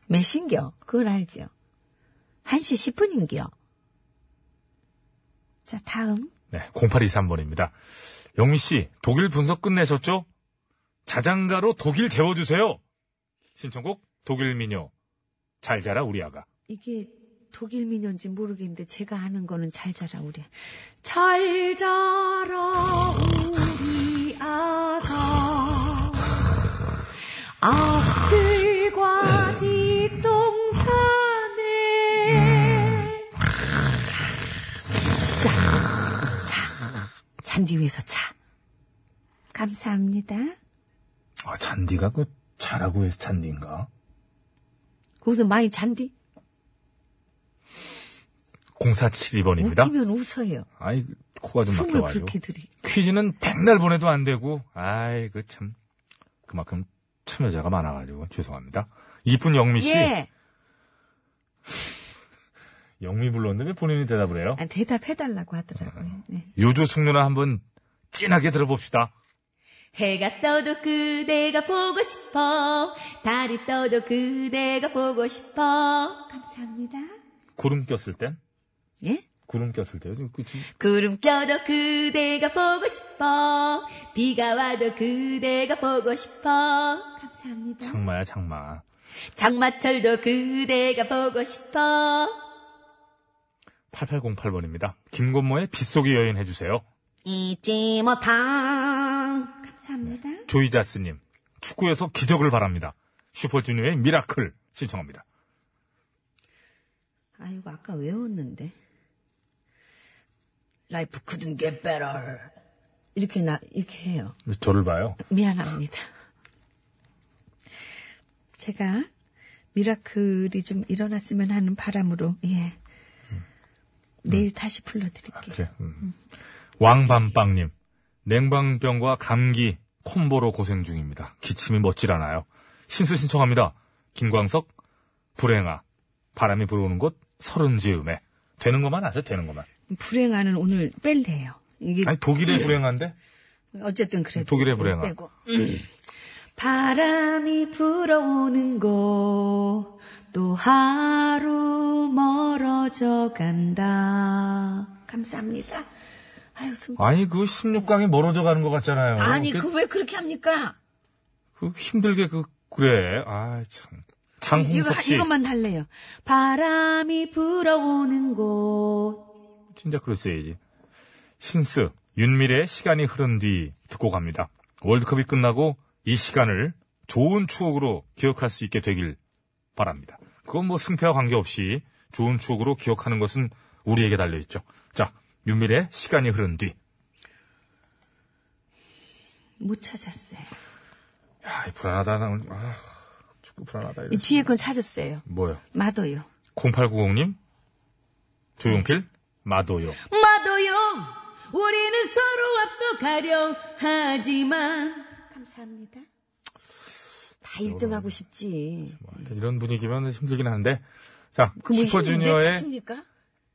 몇신겨 그걸 알죠. 1시 10분인겨. 자, 다음.
네, 0823번입니다. 영미 씨, 독일 분석 끝내셨죠? 자장가로 독일 데워주세요. 신청곡 독일 미녀. 잘 자라 우리 아가.
이게 독일 민요인지 모르겠는데 제가 아는 거는 잘 자라 우리 잘 자라 우리 아가 아들과 네 뒷동산에 자자 잔디 위에서 차 감사합니다
아, 잔디가 그 자라고 해서 잔디인가?
거기서 많이 잔디
0472번입니다.
웃기면 웃어요
아이, 그 코가 좀
숨을
막혀가지고.
그렇게 들이
퀴즈는 백날 보내도 안 되고, 아이, 그 참. 그만큼 참여자가 많아가지고, 죄송합니다. 이쁜 영미씨.
예
영미 불렀는데 왜 본인이 대답을 해요?
아, 대답해달라고 하더라고요 네.
요조 숙녀나 한번 진하게 들어봅시다.
해가 떠도 그대가 보고 싶어. 달이 떠도 그대가 보고 싶어. 감사합니다.
구름 꼈을 땐?
예?
구름 꼈을 때요? 지금 그, 지금
구름 껴도 그대가 보고 싶어. 비가 와도 그대가 보고 싶어. 감사합니다.
장마야, 장마.
장마철도 그대가 보고 싶어.
8808번입니다. 김건모의 빗속의 여인 해주세요.
잊지 못한. 감사합니다.
조이자스님, 축구에서 기적을 바랍니다. 슈퍼주니어의 미라클 신청합니다.
아이고, 아까 외웠는데. 라이프 couldn't get better. 이렇게 나, 이렇게 해요.
저를 봐요.
미안합니다. 제가 미라클이 좀 일어났으면 하는 바람으로 예 내일 다시 불러드릴게요.
그래. 음. 왕밤빵님, 냉방병과 감기 콤보로 고생 중입니다. 기침이 멋지라나요? 신스 신청합니다. 김광석, 불행아, 바람이 불어오는 곳 서른 즈음에 되는 것만 아세요? 되는 것만.
불행하는 오늘 뺄래요. 이게
아니 독일의 불행한데?
어쨌든 그래도
독일의 불행아.
빼고. 음. 바람이 불어오는 곳 또 하루 멀어져 간다. 감사합니다. 아유 숨.
아니 그 16강이 멀어져 가는 것 같잖아요.
아니
그,
그 왜 그렇게 합니까?
그 힘들게 그 그래. 아 참. 장홍석 씨,
이거, 만 할래요. 바람이 불어오는 곳.
진짜 그랬어야지. 신스, 윤미래의 시간이 흐른 뒤 듣고 갑니다. 월드컵이 끝나고 이 시간을 좋은 추억으로 기억할 수 있게 되길 바랍니다. 그건 뭐 승패와 관계없이 좋은 추억으로 기억하는 것은 우리에게 달려있죠. 자, 윤미래의 시간이 흐른 뒤.
못 찾았어요.
야, 이 불안하다. 나 오늘, 아, 축구 불안하다.
이
이런.
뒤에 건 찾았어요.
뭐요?
마도요.
0890님? 조용필? 마도요.
마도요 우리는 서로 앞서가려 하지만
감사합니다. 다 1등하고 싶지.
뭐 하여튼 이런 분위기면 힘들긴 한데. 자,
그뭐
슈퍼주니어의
탓입니까?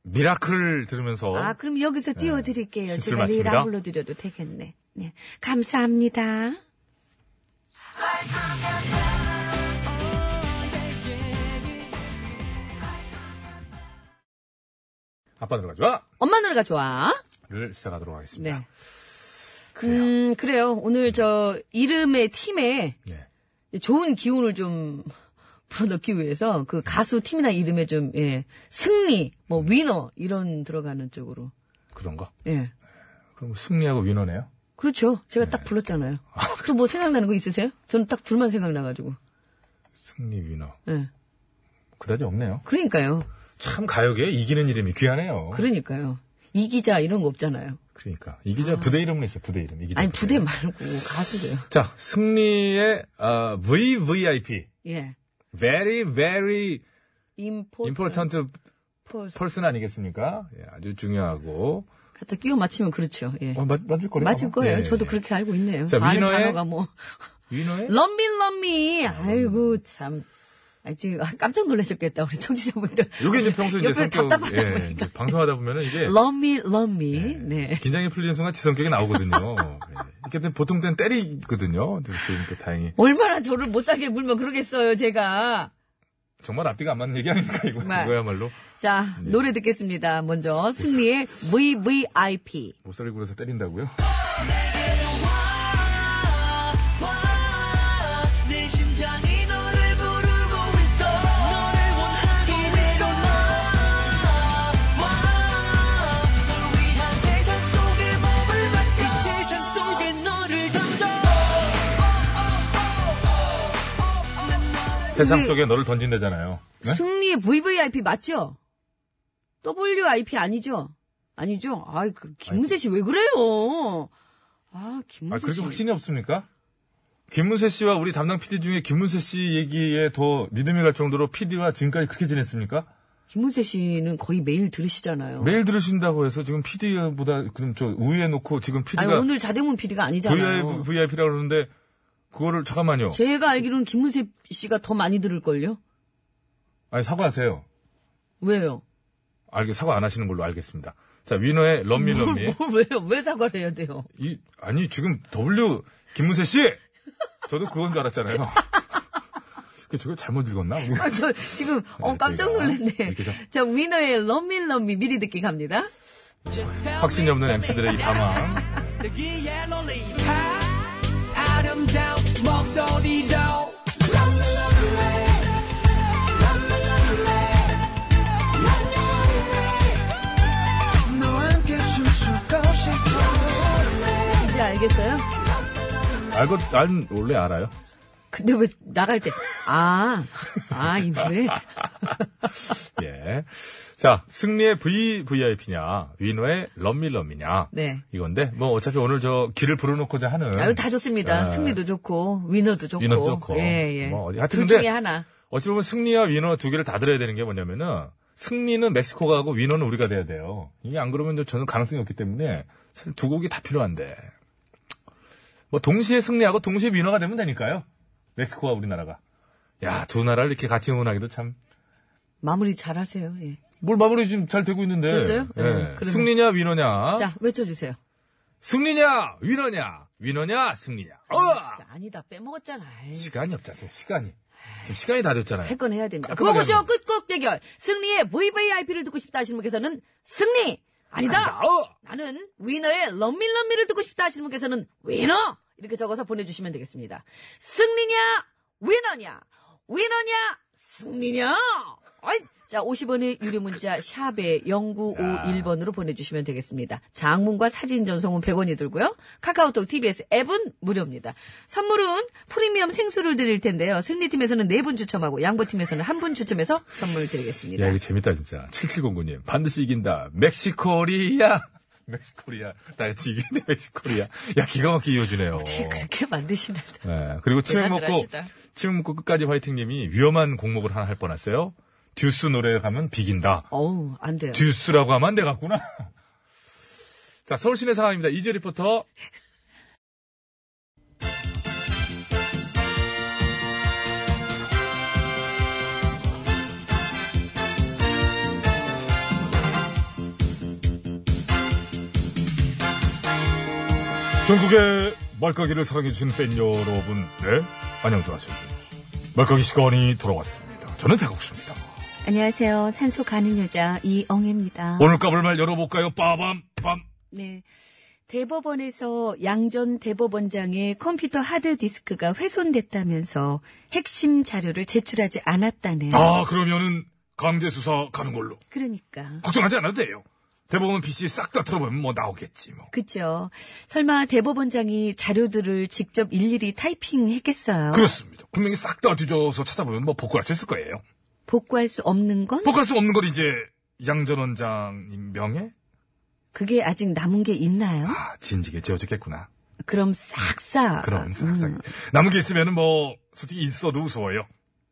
미라클 들으면서
어?
아, 그럼 여기서 띄워드릴게요.
실수를
제가 내일
네. 맞습니다.
안 불러드려도 되겠네. 네. 감사합니다.
아빠 노래가 좋아!
엄마 노래가 좋아.
를 시작하도록 하겠습니다.
네. 음, 그래요. 오늘 저 이름의 팀에
네.
좋은 기운을 좀 불어넣기 위해서 그 가수 팀이나 이름에 좀 예, 승리, 뭐 위너 이런 들어가는 쪽으로.
그런 거.
예.
그럼 승리하고 위너네요.
그렇죠. 제가 딱 불렀잖아요. 또 뭐 생각나는 거 있으세요? 저는 딱 둘만 생각나가지고.
승리 위너.
예.
그다지 없네요.
그러니까요.
참 가요계에 이기는 이름이
아.
귀하네요.
그러니까요. 이기자 이런 거 없잖아요.
그러니까. 이기자 부대 이름은 있어요. 부대 이름. 이기자
아니 부대 뭐- 말고 가수래요.
자, 승리의 어, VVIP.
예.
Very, very
임포.
important
폴스.
person 아니겠습니까? 예, 아주 중요하고.
갖다 끼워 맞히면 그렇죠. 예.
어, 맞, 맞을 거예요.
맞을 거예요.
예,
저도
예.
그렇게 알고 있네요.
자,
아는
위너의-
단어가 뭐
위너의
럼미 럼미. 아이고 참. 아, 지금 아, 깜짝 놀라셨겠다 우리 청취자분들.
요게 이제 평소 이제
옆에
성격
답답하다
예,
보니까.
이제 방송하다 보면은 이게
럼미 럼미. 네.
긴장이 풀리는 순간 지성격이 나오거든요. 예. 이렇게 보통 때는 때리거든요. 근데 지금 또 다행히
얼마나 저를 못 살게 물면 그러겠어요 제가.
정말 앞뒤가 안 맞는 얘기 아닙니까 이거
정말.
이거야말로
자
네.
노래 듣겠습니다. 먼저 승리의 VVIP.
못 살고 그래서 때린다고요?
내 심장이 너를 부르고 있어 너를 원하고 있어 와널 위한 세상 속에 몸을 맡겨 이 세상 속에 너를 던져
세상 속에 너를 던진다잖아요. 네?
승리의 VVIP 맞죠? WIP 아니죠? 아니죠? 아이, 그, 김문세 씨 왜 그래요? 아,
아
김문세 씨.
그렇게 확신이 없습니까? 김문세 씨와 우리 담당 PD 중에 김문세 씨 얘기에 더 믿음이 갈 정도로 PD와 지금까지 그렇게 지냈습니까?
김문세 씨는 거의 매일 들으시잖아요.
매일 들으신다고 해서 지금 PD보다 그럼 저 우위에 놓고 지금
아니,
PD가
오늘 자대문 PD가 아니잖아요.
VIP, VIP라고 그러는데 그거를 잠깐만요.
제가 알기로는 김문세 씨가 더 많이 들을걸요?
아니 사과하세요.
왜요?
알게 사과 안 하시는 걸로 알겠습니다. 자 위너의 럼미
뭐?
럼미.
뭘 왜요? 왜 사과를 해야 돼요?
이 아니 지금 W 김문세 씨. 저도 그건 줄 알았잖아요. 그 저거 잘못 읽었나?
아, 저 지금, 어,
네,
깜짝
저희가
놀랐네.
이렇게 좀-
자, 위너의 럼밀 럼미 미리 듣기 갑니다.
확신이 없는 MC들의 이 방황.
내기에 롤리팝 아름다운 목소리로 너와 함께 춤추고 싶어
이제 알겠어요?
알고 아, 난 원래 알아요.
근데 왜 나갈 때, 아, 아, 이 노래?
예. 자 승리의 V VIP냐 위너의 럼미 럼미냐.
네.
이건데 뭐 어차피 오늘 저 길을 불어놓고자 하는.
아유, 다 좋습니다.
예.
승리도 좋고, 위너도 좋고.
위너도 좋고.
예, 예.
뭐 어디- 하여튼
둘
근데-
중에 하나.
어찌 보면 승리와 위너 두 개를 다 들어야 되는 게 뭐냐면은 승리는 멕시코가 하고 위너는 우리가 돼야 돼요. 이게 안 그러면 저는 가능성이 없기 때문에 사실 두 곡이 다 필요한데 뭐 동시에 승리하고 동시에 위너가 되면 되니까요. 멕시코와 우리나라가 야 두 나라를 이렇게 같이 응원하기도 참 뭘
마무리 잘 하세요, 예.
마무리 지금 잘 되고 있는데
됐어요?
예.
네, 그러면.
승리냐 위너냐
자, 외쳐주세요.
승리냐 위너냐 위너냐 승리냐 어!
자, 아니다, 빼먹었잖아. 아이,
시간이 없잖아 지금 시간이 지금 시간이 다 됐잖아요.
할건 해야 됩니다.
깔끔하게
구호고쇼
합니다.
끝곡 대결. 승리의 VVIP를 듣고 싶다 하시는 분께서는 승리! 아니다!
어!
나는 위너의 럼밀럼밀을 듣고 싶다 하시는 분께서는 위너! 이렇게 적어서 보내주시면 되겠습니다. 승리냐, 위너냐, 위너냐, 승리냐! 아이,
자, 50원의 유료 문자 샵에 0951번으로 보내주시면 되겠습니다. 장문과 사진 전송은 100원이 들고요. 카카오톡, TBS 앱은 무료입니다. 선물은 프리미엄 생수를 드릴 텐데요. 승리팀에서는 4분 추첨하고 양보팀에서는 1분 추첨해서 선물 드리겠습니다.
야, 이거 재밌다, 진짜. 7709님, 반드시 이긴다. 멕시코리아. 멕시코리아. 나 같이 이기는데, 멕시코리아. 야, 기가 막히게 이어지네요.
어떻게 그렇게 만드시나.
예, 그리고 치맥
대단들
먹고,
하시다.
치맥 먹고 끝까지 화이팅님이 위험한 공목을 하나 할 뻔했어요. 듀스 노래 가면 비긴다.
어우, 안 돼요.
듀스라고 하면 안 돼 갔구나. 자, 서울 시내 상황입니다. 이재 리포터.
전국의 말까기를 사랑해주신 팬 여러분, 네? 안녕들 하십니까? 말까기 시간이 돌아왔습니다. 저는 배고프습니다.
안녕하세요. 산소 가는 여자 이엉입니다.
오늘 까불 말 열어볼까요? 빠밤, 빰.
네. 대법원에서 양전 대법원장의 컴퓨터 하드디스크가 훼손됐다면서 핵심 자료를 제출하지 않았다네요.
아, 그러면은 강제 수사 가는 걸로.
그러니까.
걱정하지 않아도 돼요. 대법원 PC 싹 다 털어보면 뭐 나오겠지, 뭐.
그죠. 설마 대법원장이 자료들을 직접 일일이 타이핑했겠어요?
그렇습니다. 분명히 싹 다 뒤져서 찾아보면 뭐 복구할 수 있을 거예요.
복구할 수 없는 건?
복구할 수 없는 걸 이제 양전 원장님 명예?
그게 아직 남은 게 있나요?
아, 진지게 재워줬겠구나.
그럼 싹싸.
그럼 싹싹.
음,
남은 게 있으면은 뭐 솔직히 있어도 무서워요.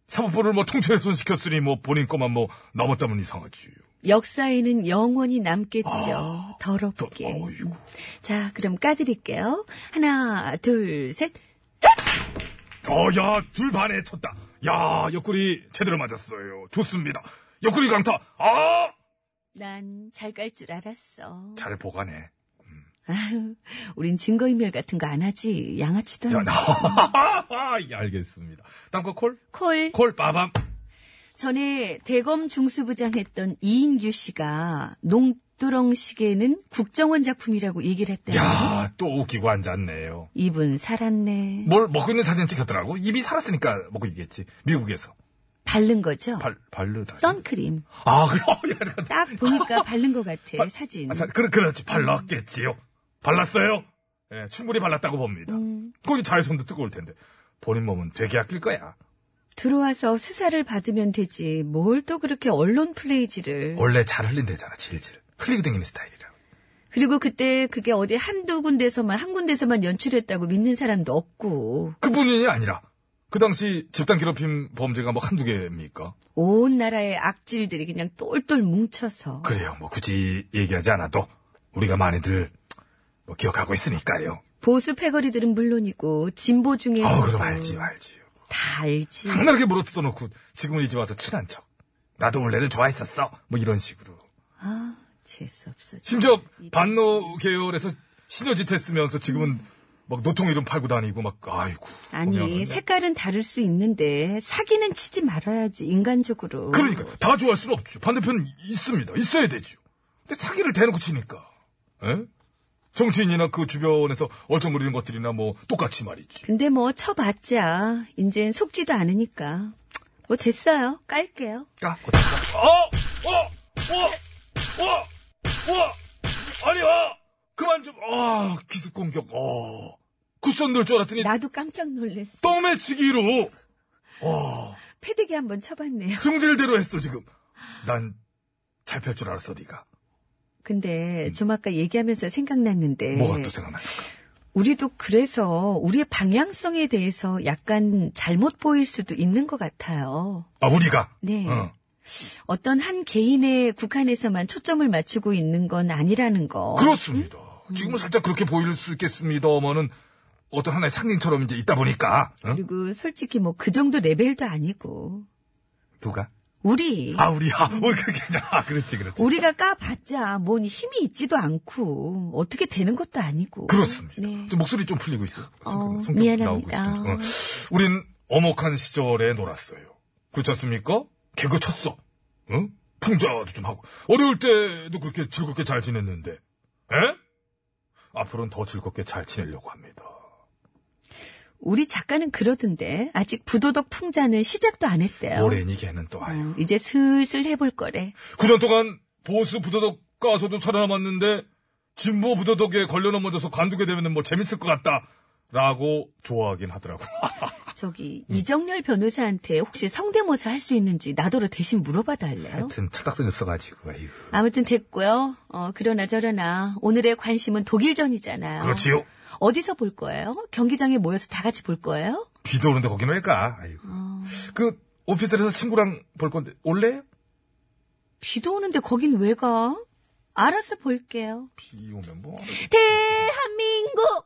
사법부를 뭐 통째로 손시켰으니 뭐 본인 것만 뭐 남았다면 이상하지.
역사에는 영원히 남겠죠.
아, 또,
더럽게.
어이구.
자, 그럼 까드릴게요. 하나, 둘, 셋.
어, 야, 둘 반에 쳤다. 야, 옆구리 제대로 맞았어요. 좋습니다. 옆구리 강타. 아!
난 잘 깔 줄 알았어.
잘 보관해.
우린 증거인멸 같은 거 안 하지. 양아치도
야,
안
나.
나...
예, 알겠습니다. 다음 거 콜?
콜.
콜, 빠밤.
전에 대검 중수부장 했던 이인규 씨가 농두렁 시계는 국정원 작품이라고 얘기를 했대요.
야, 또 웃기고 앉았네요.
이분 살았네.
뭘 먹고 있는 사진 찍혔더라고. 입이 살았으니까 먹고 있겠지. 미국에서.
바른 거죠?
발, 발르다.
선크림.
아, 그럼. 야,
딱 보니까 바른 것 같아, 사진.
아, 사- 그, 그렇지. 발랐겠지요. 발랐어요. 예, 충분히 발랐다고 봅니다. 거기 자외선도 뜨거울 텐데. 본인 몸은 되게 아낄 거야.
들어와서 수사를 받으면 되지. 뭘 또 그렇게 언론 플레이지를.
원래 잘 흘린대잖아, 질질. 흘리고 다니는 스타일이라.
그리고 그때 그게 어디 한두 군데서만, 한 군데서만 연출했다고 믿는 사람도 없고.
그뿐이 아니라, 그 당시 집단 괴롭힘 범죄가 뭐 한두 개입니까?
온 나라의 악질들이 그냥 똘똘 뭉쳐서.
그래요. 뭐 굳이 얘기하지 않아도 우리가 많이들 뭐 기억하고 있으니까요.
보수 패거리들은 물론이고, 진보 중에서.
어, 그럼 알지, 알지.
다 알지.
맨날 이렇게 물어뜯어 놓고 지금은 이제 와서 친한 척. 나도 원래는 좋아했었어. 뭐 이런 식으로.
아, 재수없어.
심지어 반노 계열에서 신여짓 했으면서 지금은 막 노통 이름 팔고 다니고 막 아이고.
아니,
보면은.
색깔은 다를 수 있는데, 사기는 치지 말아야지, 인간적으로.
그러니까 다 좋아할 수는 없죠. 반대편 있습니다. 있어야 되죠. 근데 사기를 대놓고 치니까. 에? 정치인이나 그 주변에서 얼쩡거리는 것들이나 뭐 똑같이 말이지.
근데 뭐, 쳐봤자, 이젠 속지도 않으니까. 뭐, 됐어요. 깔게요.
까? 어떨까? 어! 어! 어! 어! 어! 아니, 어! 그만 좀, 어! 기습 공격, 어! 굿선 넣을 줄 알았더니
나도 깜짝 놀랐어.
똥매치기로! 어!
패대기 한번 쳐봤네요.
승질대로 했어, 지금. 난 잘 펼 줄 알았어, 네가
근데, 좀 아까 얘기하면서 생각났는데.
음. 뭐가 또 생각났을까?
우리도 그래서 우리의 방향성에 대해서 약간 잘못 보일 수도 있는 것 같아요.
아, 우리가?
네.
응.
어떤 한 개인의 국한에서만 초점을 맞추고 있는 건 아니라는 거.
그렇습니다.
음.
지금은 살짝 그렇게 보일 수 있겠습니다만은 어떤 하나의 상징처럼 이제 있다 보니까 어? 응?
그리고 솔직히 뭐 그 정도 레벨도 아니고.
누가?
우리.
아 우리 아 우리 그렇게 아 그렇지 그렇지.
우리가 까봤자 뭔 힘이 있지도 않고 어떻게 되는 것도 아니고.
그렇습니다.
네.
좀 목소리 좀 풀리고 있어요.
어,
성격 나오고
미안합니다.
있어요. 어. 우린 어목한 시절에 놀았어요. 그렇지 않습니까? 개그 쳤어. 응? 풍자도 좀 하고. 어려울 때도 그렇게 즐겁게 잘 지냈는데. 에? 앞으로는 더 즐겁게 잘 지내려고 합니다.
우리 작가는 그러던데 아직 부도덕 풍자는 시작도 안 했대요.
오래니 걔는 또 아유.
어, 이제 슬슬 해볼 거래.
9년 동안 보수 부도덕 가서도 살아남았는데 진보 부도덕에 걸려 넘어져서 관두게 되면 뭐 재밌을 것 같다. 라고 좋아하긴 하더라고.
저기
음.
이정열 변호사한테 혹시 성대모사 할 수 있는지 나더러 대신 물어봐 달래요.
하여튼 차닥선이 없어가지고 아유.
아무튼 됐고요. 어, 그러나 저러나 오늘의 관심은 독일전이잖아요.
그렇지요.
어디서 볼 거예요? 경기장에 모여서 다 같이 볼 거예요?
비도 오는데 거긴 왜까? 아이고.
어.
그 오피스텔에서 친구랑 볼 건데 올래?
비도 오는데 거긴 왜 가? 알아서 볼게요.
비 오면 뭐?
대한민국!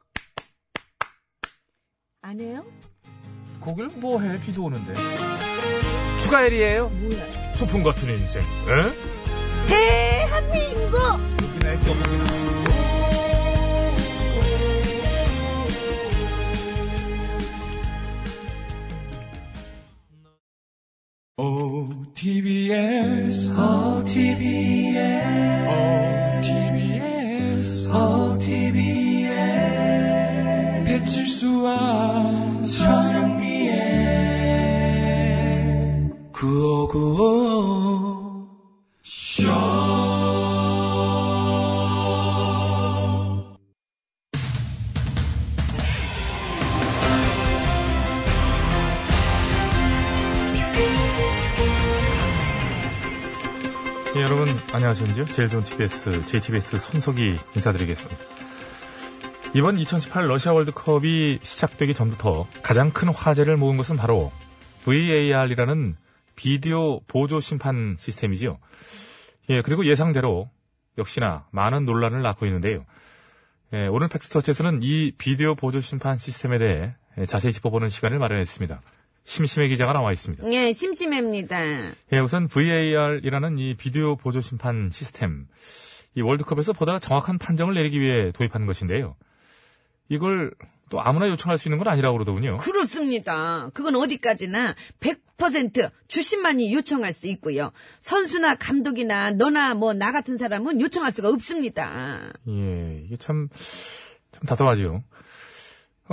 안 해요?
거길 뭐 해? 비도 오는데.
추가엘이에요.
뭐야.
소풍 같은 인생. 에?
대한민국!
어, OTBS, OTBS, 어, OTBS, OTBS. 배칠수와 전영미의 구호구호.
예, 여러분 안녕하십니까? 제일 좋은 TBS, JTBS 손석희 인사드리겠습니다. 이번 2018 러시아 월드컵이 시작되기 전부터 가장 큰 화제를 모은 것은 바로 VAR이라는 비디오 보조 심판 시스템이지요. 예, 그리고 예상대로 역시나 많은 논란을 낳고 있는데요. 예, 오늘 팩스터치에서는 이 비디오 보조 심판 시스템에 대해 예, 자세히 짚어보는 시간을 마련했습니다. 심심해 기자가 나와 있습니다.
예, 심심합니다.
예, 우선 VAR이라는 이 비디오 보조 심판 시스템. 이 월드컵에서 보다 정확한 판정을 내리기 위해 도입한 것인데요. 이걸 또 아무나 요청할 수 있는 건 아니라고 그러더군요.
그렇습니다. 그건 어디까지나 100% 주심만이 요청할 수 있고요. 선수나 감독이나 너나 뭐 나 같은 사람은 요청할 수가 없습니다.
예, 이게 참, 참 답답하지요.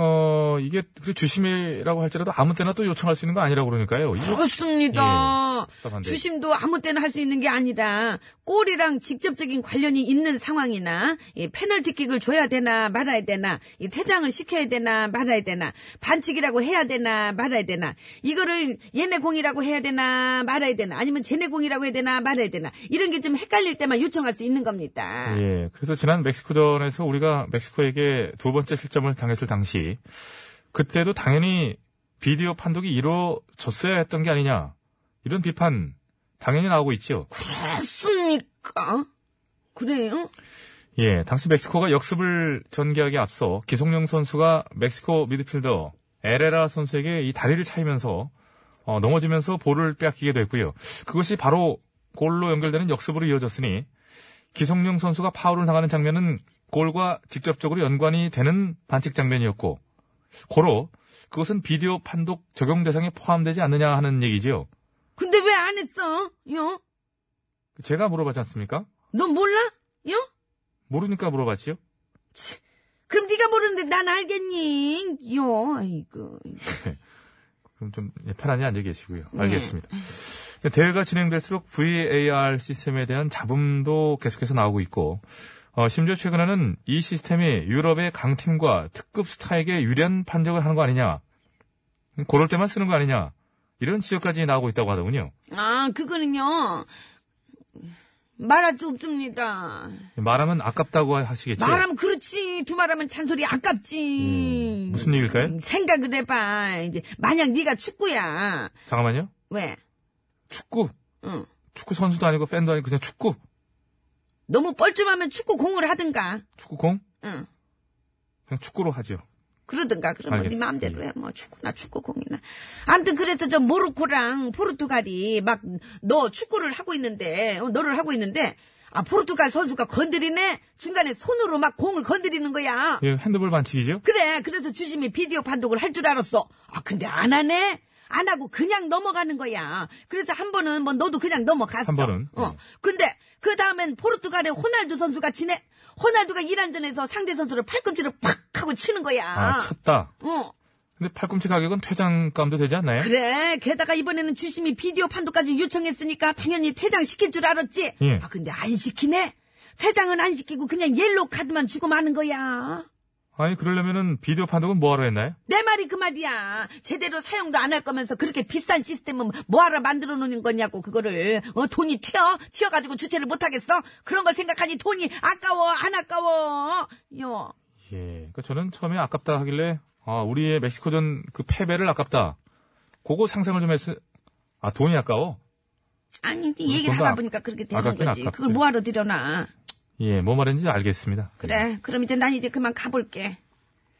어, 이게 그 주심이라고 할지라도 아무 때나 또 요청할 수 있는 거 아니라고 그러니까요. 이거
그렇습니다.
답답한데.
주심도 아무 때나 할 수 있는 게 아니라 골이랑 직접적인 관련이 있는 상황이나 이 페널티킥을 줘야 되나 말아야 되나 이 퇴장을 시켜야 되나 말아야 되나 반칙이라고 해야 되나 말아야 되나 이거를 얘네 공이라고 해야 되나 말아야 되나 아니면 쟤네 공이라고 해야 되나 말아야 되나 이런 게 좀 헷갈릴 때만 요청할 수 있는 겁니다.
예, 그래서 지난 멕시코전에서 우리가 멕시코에게 두 번째 실점을 당했을 당시 그때도 당연히 비디오 판독이 이루어졌어야 했던 게 아니냐 이런 비판 당연히 나오고 있죠.
그렇습니까? 그래요?
예, 당시 멕시코가 역습을 전개하기 앞서 기성용 선수가 멕시코 미드필더 에레라 선수에게 이 다리를 차이면서 어, 넘어지면서 볼을 빼앗기게 됐고요. 그것이 바로 골로 연결되는 역습으로 이어졌으니 기성용 선수가 파울을 당하는 장면은 골과 직접적으로 연관이 되는 반칙 장면이었고 고로 그것은 비디오 판독 적용 대상에 포함되지 않느냐 하는 얘기지요.
근데 왜 안 했어? 요?
제가 물어봤지 않습니까?
넌 몰라? 요?
모르니까 물어봤지요.
그럼 네가 모르는데 난 알겠니? 요, 아이고.
그럼 좀 예, 편안히 앉아 계시고요. 알겠습니다. 대회가 진행될수록 VAR 시스템에 대한 잡음도 계속해서 나오고 있고, 어, 심지어 최근에는 이 시스템이 유럽의 강팀과 특급 스타에게 유리한 판정을 하는 거 아니냐, 그럴 때만 쓰는 거 아니냐, 이런 지적까지 나오고 있다고 하더군요.
아, 그거는요. 말할 수 없습니다.
말하면 아깝다고 하시겠죠.
말하면 그렇지. 두 말하면 잔소리 아깝지.
네. 음, 무슨 얘기일까요?
생각을 해봐. 이제 만약 네가 축구야.
잠깐만요.
왜?
축구.
응.
축구 선수도 아니고 팬도 아니고 그냥 축구.
너무 뻘쭘하면 축구 공을 하든가.
축구공?
응.
그냥 축구로 하죠.
그러든가 그러면 네
알겠습니다.
마음대로 해. 뭐 축구나 축구공이나. 아무튼 그래서 저 모로코랑 포르투갈이 막 너 축구를 하고 있는데 어, 너를 하고 있는데 아 포르투갈 선수가 건드리네. 중간에 손으로 막 공을 건드리는 거야.
예, 핸드볼 반칙이죠.
그래. 그래서 주심이 비디오 판독을 할 줄 알았어. 아 근데 안 하네. 안 하고 그냥 넘어가는 거야. 그래서 한 번은 뭐 너도 그냥 넘어갔어.
한 번은,
어.
네.
근데 그 다음엔 포르투갈의 호날두 선수가 지네. 호날두가 이란전에서 상대 선수를 팔꿈치를 팍 하고 치는 거야.
아, 쳤다.
어.
근데 팔꿈치 가격은 퇴장감도 되지 않나요?
그래 게다가 이번에는 주심이 비디오 판도까지 요청했으니까 당연히 퇴장시킬 줄 알았지
예.
아 근데 안 시키네 퇴장은 안 시키고 그냥 옐로우 카드만 주고 마는 거야
아니 그러려면은 비디오 판독은 뭐하러 했나요?
내 말이 그 말이야 제대로 사용도 안 할 거면서 그렇게 비싼 시스템은 뭐하러 만들어 놓는 거냐고 그거를 어, 돈이 튀어 튀어가지고 주체를 못하겠어 그런 걸 생각하니 돈이 아까워 안 아까워 요
예. 그러니까 저는 처음에 아깝다 하길래 아 우리의 멕시코전 그 패배를 아깝다. 그거 상상을 좀 했어. 아 돈이 아까워.
아니 그
음,
얘기를
그건
하다
아-
보니까 그렇게 되는
아깝긴
거지
아깝지.
그걸 뭐하러 들여놔
예, 뭐 말인지 알겠습니다.
그래 그럼 이제 난 이제 그만 가볼게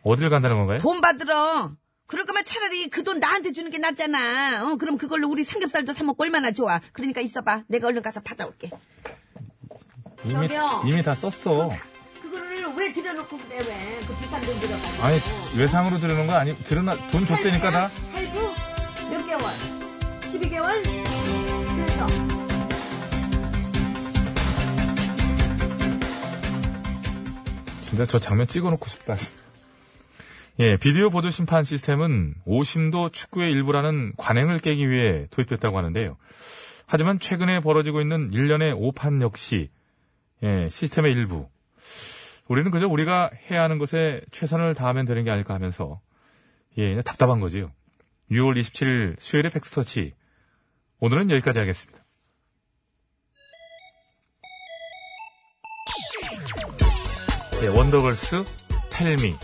어디를 간다는 건가요?
돈 받으러. 그럴 거면 차라리 그 돈 나한테 주는 게 낫잖아. 어, 그럼 그걸로 우리 삼겹살도 사먹고 얼마나 좋아. 그러니까 있어봐. 내가 얼른 가서 받아올게.
이미
저기요.
이미 다 썼어.
그거를 왜 들여놓고 그래, 왜? 그 비싼 돈 들여가지고.
아니 외상으로 들으는 거 아니 들으나 돈 줬대니까 다.
할부? 몇 개월? 12개월? 그래서.
진짜 저 장면 찍어놓고 싶다. 예, 비디오 보조 심판 시스템은 오심도 축구의 일부라는 관행을 깨기 위해 도입됐다고 하는데요. 하지만 최근에 벌어지고 있는 일련의 오판 역시 예, 시스템의 일부. 우리는 그저 우리가 해야 하는 것에 최선을 다하면 되는 게 아닐까 하면서 예, 그냥 답답한 거지요. 6월 27일 수요일의 팩스터치. 오늘은 여기까지 하겠습니다. 예, 원더걸스 텔미.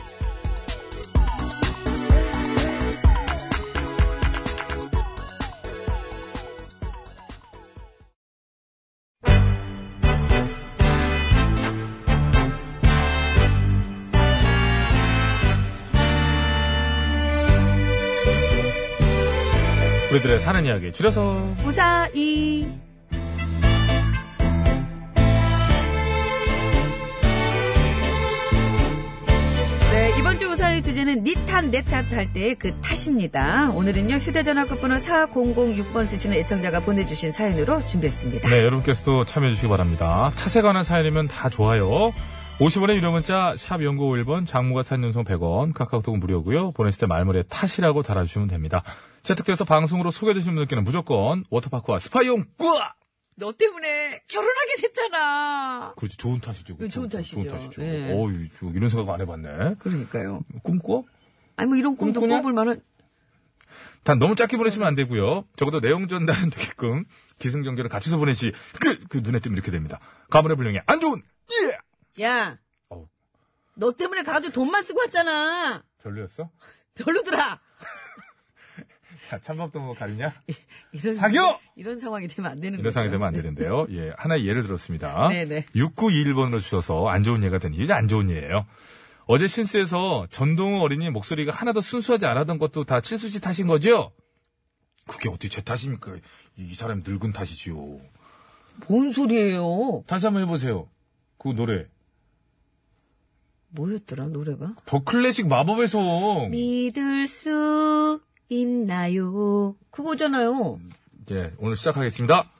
우리들의 사는 이야기 줄여서
우사이. 네, 이번 주 우사의 주제는 니탓, 내탓 할 때의 그 탓입니다. 오늘은요, 휴대전화 끝번호 4006번 쓰시는 애청자가 보내주신 사연으로 준비했습니다.
네, 여러분께서도 참여해주시기 바랍니다. 탓에 관한 사연이면 다 좋아요. 50원의 유료 문자, 샵 0951번, 장무가 사연연송 100원, 카카오톡은 무료고요 보내실 때 말머리에 탓이라고 달아주시면 됩니다. 채택돼서 방송으로 소개되신 분들께는 무조건 워터파크와 스파이용 꾸아!
너 때문에 결혼하게 됐잖아.
그렇지, 좋은 탓이죠.
이거 네, 좋은 탓이죠.
좋은 탓이죠.
예.
어우, 이거 이런 생각 안 해봤네.
그러니까요.
꿈꿔?
아니, 뭐 이런 꿈도
꿈꾸냐?
꿔볼 만한.
단 너무 짧게 보내시면 안 되고요. 적어도 내용 전달은 되게끔 기승전결을 갖춰서 보내시, 그, 그 눈에 띄면 이렇게 됩니다. 가문의 불명예, 안 좋은, 예!
야,
어우,
너 때문에 가가지고 돈만 쓰고 왔잖아.
별로였어?
별로더라.
야, 찬밥도 뭐 가리냐?
이런
사겨!
이런 상황이 되면 안 되는 거죠.
이런 상황이 되면 안 되는데요. 예, 하나의 예를 들었습니다.
음. 네네.
6921번으로 주셔서 안 좋은 예가 된 이유, 안 좋은 예예요. 어제 신스에서 전동우 어린이 목소리가 하나도 순수하지 않았던 것도 다 칠수 씨 탓인 거죠? 그게 어떻게 제 탓입니까? 이 사람 늙은 탓이지요.
뭔 소리예요?
다시 한번 해보세요. 그 노래.
뭐였더라 노래가?
더 클래식 마법의 송.
믿을 수 있나요? 그거잖아요.
이제 예, 오늘 시작하겠습니다.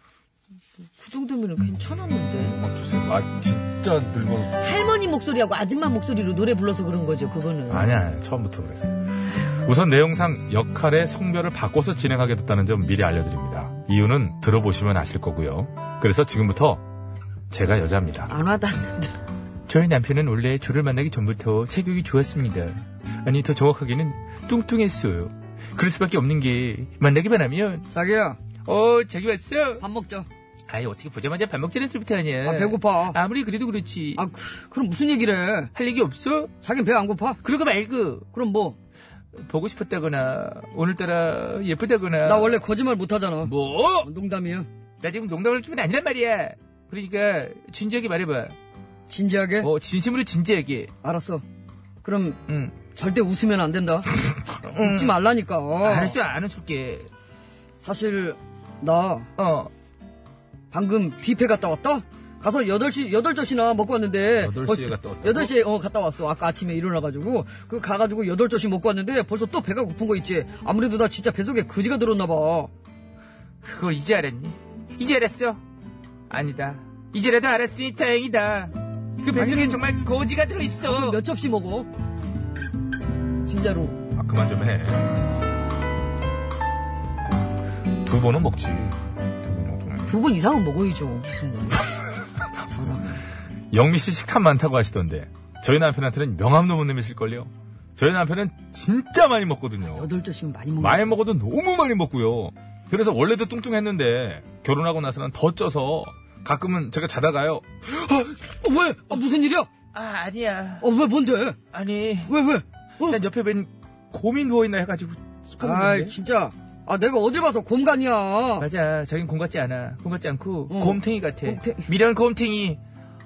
그 정도면 괜찮았는데.
음악 주세요. 아, 진짜 늙어.
할머니 목소리하고 아줌마 목소리로 노래 불러서 그런 거죠. 그거는.
아니야, 아니야. 처음부터 그랬어. 우선 내용상 역할의 성별을 바꿔서 진행하게 됐다는 점 미리 알려드립니다. 이유는 들어보시면 아실 거고요. 그래서 지금부터 제가 여자입니다.
안 와닿는다.
저희 남편은 원래 저를 만나기 전부터 체격이 좋았습니다. 아니, 더 정확하게는 뚱뚱했어요. 그럴 수밖에 없는 게 만나기만 하면
자기야
어, 자기 왔어?
밥 먹자.
아이, 어떻게 보자마자 밥 먹자는 소리부터 하냐.
배고파.
아무리 그래도 그렇지.
아 그, 그럼 무슨 얘기를 해?
할 얘기 없어?
자기는 배안 고파?
그러고 말고.
그럼 뭐?
보고 싶었다거나 오늘따라 예쁘다거나
나 원래 거짓말 못하잖아.
뭐?
농담이야.
나 지금 농담할 기분 아니란 말이야 그러니까 진지하게 말해봐
진지하게.
어 진심으로 진지하게
알았어. 그럼
응
절대 웃으면 안 된다. 웃지 말라니까.
음. 알았어 안 웃을게
사실 나
어
방금 뷔페 갔다 왔다? 가서 8시, 8접시나 먹고 왔는데.
여덟 시에
벌써-
갔다 왔다고?
여덟 시에, 어, 갔다 왔어. 아까 아침에 일어나가지고. 그 가가지고 8접시 먹고 왔는데 벌써 또 배가 고픈 거 있지. 아무래도 나 진짜 배속에 그지가 들었나봐.
그걸 이제 알았니? 이제 알았어? 아니다 이제라도 알았으니 다행이다 그 뱃속에 정말 거지가 들어있어
몇 접시 먹어? 진짜로.
아까 그만 좀 해. 두 번은 먹지. 두번 정도는.
두 번 이상은 먹어야죠.
영미 씨 식탐 많다고 하시던데 저희 남편한테는 명함 너무 내미실걸요. 저희 남편은 진짜 많이 먹거든요.
여덟 조씩은 많이 뭐. 먹는
많이 먹어도 너무 많이 먹고요. 그래서 원래도 뚱뚱했는데 결혼하고 나서는 더 쪄서 가끔은 제가 자다가요.
어, 왜? 어, 무슨 일이야?
아, 아니야.
어, 왜, 뭔데?
아니,
왜,
뭐
왜? 어?
난 옆에 웬 곰이 누워있나 해가지고 쑥하는
아이,
건데.
진짜. 아, 내가 어딜 봐서 곰간이야.
맞아, 저긴 곰 같지 않아. 곰 같지 않고
어.
곰탱이 같아.
곰탱이.
미련 곰탱이.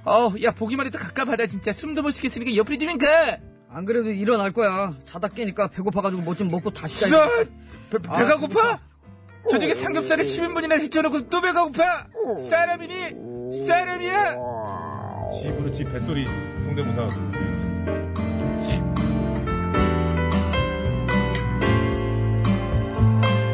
어, 야 보기만 해도 갑갑하다 진짜. 숨도 못 쉬겠으니까 옆으로 좀 가.
안 그래도 일어날 거야. 자다 깨니까 배고파가지고 뭐 좀 먹고 다시
진짜
자니까.
배,
아,
가 고파?
어.
저녁에 삼겹살을 10인분이나 시켜놓고 또 배가 고파? 사람이니? 사람이야?
집으로 집 뱃소리 성대모사.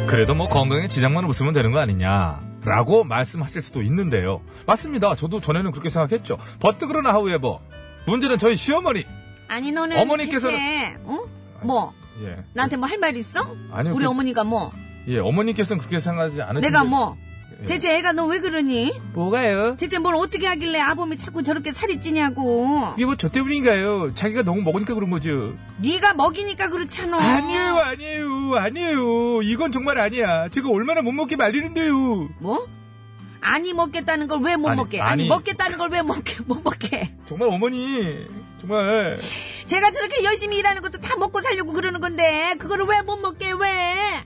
그래도 뭐 건강에 지장만 없으면 되는 거 아니냐. 라고 말씀하실 수도 있는데요. 맞습니다. 저도 전에는 그렇게 생각했죠. 버트그러나 하우에버. 문제는 저희 시어머니.
아니 너는
어머니께서는-
대체, 어? 뭐?
예.
나한테 뭐 할 말 있어?
아니요,
우리
그-
어머니가 뭐?
예, 어머님께서는 그렇게 생각하지 않으시는
내가 뭐?
예.
대체 애가 너 왜 그러니?
뭐가요?
대체 뭘 어떻게 하길래 아범이 자꾸 저렇게 살이 찌냐고.
이게 뭐 저 때문인가요? 자기가 너무 먹으니까 그런 거죠.
네가 먹이니까 그렇잖아.
아니에요, 아니에요, 아니에요. 이건 정말 아니야. 제가 얼마나 못 먹게 말리는데요.
뭐? 아니 먹겠다는 걸 왜 못
아니,
먹게? 아니,
아니.
먹겠다는 걸 왜 먹게? 못 먹게?
정말 어머니, 정말.
제가 저렇게 열심히 일하는 것도 다 먹고 살려고 그러는 건데 그거를 왜 못 먹게 왜?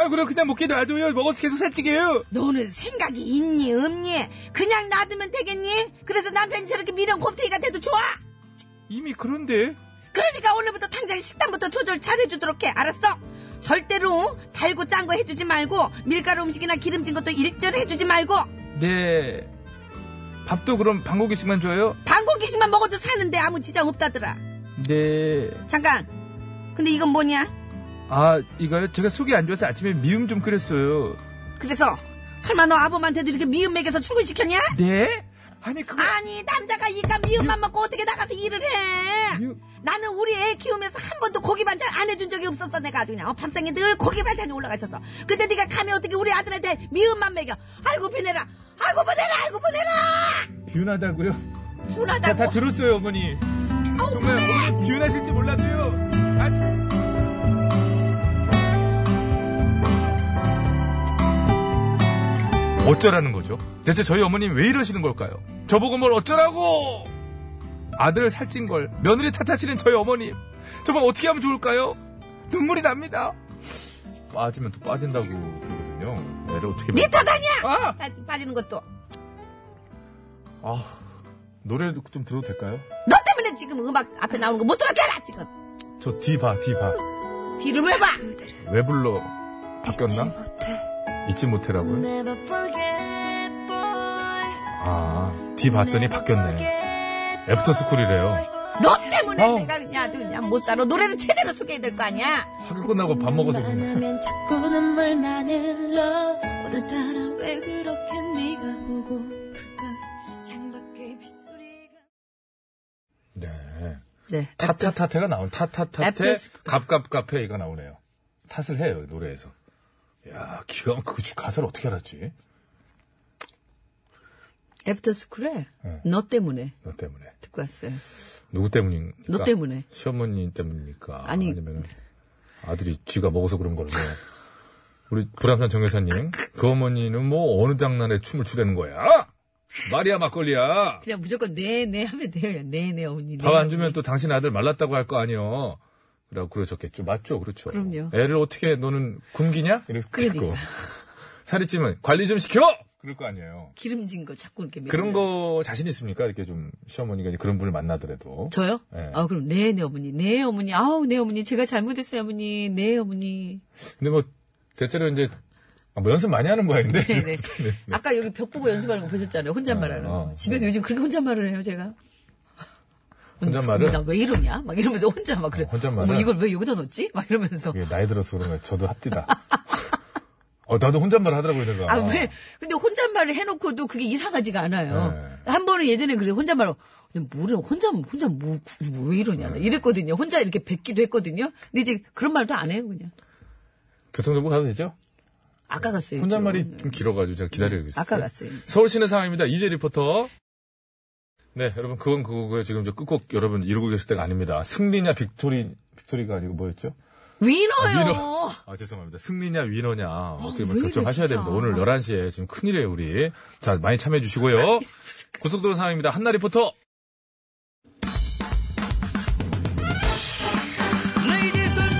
아, 그럼 그냥 먹게 놔둬요. 먹어서 계속 살찌게요.
너는 생각이 있니 없니? 그냥 놔두면 되겠니? 그래서 남편이 저렇게 미련 곱탱이가 돼도 좋아?
이미 그런데.
그러니까 오늘부터 당장 식단부터 조절 잘해주도록 해 알았어? 절대로 달고 짠 거 해주지 말고 밀가루 음식이나 기름진 것도 일절 해주지 말고
네. 밥도 그럼 방고기씩만 줘요?
방고기씩만 먹어도 사는데 아무 지장 없다더라
네.
잠깐 근데 이건 뭐냐?
아, 이거요? 제가 속이 안 좋아서 아침에 미음 좀 끓였어요.
그래서 설마 너 아범한테도 이렇게 미음 먹여서 출근시켰냐?
네? 아니, 그거.
아니 남자가 이까 미음만 먹고 어떻게 나가서 일을 해?
미음.
나는 우리 애 키우면서 한 번도 고기 반찬 안 해준 적이 없었어 내가 아주 그냥 어, 밥상에 늘 고기 반찬이 올라가 있었어. 근데 네가 감히 어떻게 우리 아들한테 미음만 먹여? 아이고 비내라, 아이고 보내라, 아이고 보내라.
비운하다고요? 다, 다
분하다고.
들었어요, 어머니.
아우,
정말 어머니 비운하실지 몰라도요. 아,
어쩌라는 거죠? 대체 저희 어머님 왜 이러시는 걸까요? 저보고 뭘 어쩌라고! 아들을 살찐 걸 며느리 탓하시는 저희 어머님 정말 어떻게 하면 좋을까요? 눈물이 납니다. 빠지면 또 빠진다고 그러거든요. 애를 어떻게
네
먹-
탓하냐?
아!
빠지- 빠지는 것도
아 노래도 좀 들어도 될까요?
너 때문에 지금 음악 앞에 나오는 거 못 들었게 알아 지금.
저 뒤 봐 뒤 봐 왜
뒤를 왜
아,
봐?
불러 바뀌었나? 잊지 못해라고요?
Never forget, boy.
아뒤 봤더니 바뀌었네. 애프터 스쿨이래요.
너 때문에
아우.
내가 그냥 아주 그냥 못 살아. 노래를 제대로 소개해야 될 거 아니야.
학교 끝나고 밥 먹어서
생각만
그냥.
하면 자꾸 눈물만 흘러. 오늘따라 왜 그렇게 네가 보고플까? 창밖에 빗소리가.
네.
네.
타타타태가 나오네. 타타타태,
애프터 스쿨.
갑갑카페 이거 나오네요. 탓을 해요, 노래에서. 야, 기가 막히고 그 가사를 어떻게 알았지?
애프터스쿨에
네.
너 때문에
너 때문에.
듣고 왔어요.
누구 때문입니까?
너 때문에.
시어머니 때문입니까?
아니.
아니. 아니면 아들이 쥐가 먹어서 그런 걸로. 우리 불암산 정 여사님, 그 어머니는 뭐 어느 장난에 춤을 추려는 거야? 말이야, 막걸리야.
그냥 무조건 네네 하면 돼요. 네네 어머니.
밥
네,
안 주면 또 당신 아들 말랐다고 할 거 아니요. 라고 그러셨겠죠. 맞죠. 그렇죠.
그럼요.
애를 어떻게 너는 굶기냐? 이렇게
그러니까요.
고 살이 찌면 관리 좀 시켜! 그럴 거 아니에요.
기름진 거 자꾸 이렇게
그런
먹으면.
거 자신 있습니까? 이렇게 좀 시어머니가 이제 그런 분을 만나더라도.
저요?
네.
아 그럼 네네 어머니. 네 어머니. 아우 네 어머니. 제가 잘못했어요 어머니. 네 어머니.
근데 뭐 대체로 이제 아, 뭐 연습 많이 하는 모양인데.
네네. 아까 여기 벽 보고 연습하는 거 보셨잖아요. 혼잣말하는 거.
어,
집에서 요즘 그렇게 혼잣말을 해요, 제가.
혼잣말을?
나 왜 이러냐? 막 이러면서 혼자 막 그래.
어, 혼잣말을?
어머, 이걸 왜 여기다 넣었지? 막 이러면서.
이게 나이 들어서 그런 거야. 저도 합디다. 어, 나도 혼잣말 하더라고요, 내가.
아,
아, 왜? 근데 혼잣말을 해놓고도 그게 이상하지가 않아요.
네.
한 번은 예전에 그래서 혼잣말로 근데 뭐래 혼자 혼자 뭐, 뭐 이러냐
네.
이랬거든요. 혼자 이렇게 뵙기도 했거든요. 근데 이제 그런 말도 안 해요 그냥.
교통정보 가도 되죠?
아까
예,
갔어요.
네. 혼잣말이
그렇죠.
네. 좀
좀.
길어가지고 제가
네.
기다리고 있어요.
아까 갔어요.
서울 시내 상황입니다. 이재 리포터. 네, 여러분 그건 그거고요. 지금 저 끝곡 여러분 이루고 계실 때가 아닙니다. 승리냐 빅토리 빅토리가 아니고 뭐였죠?
위너요.
위너. 아 죄송합니다. 승리냐 위너냐 어떻게
아, 왜
뭐
이래,
결정하셔야
진짜.
됩니다. 오늘 11시에 지금 큰일이에요 우리. 자 많이 참여해 주시고요. 고속도로 상황입니다. 한나 리포터.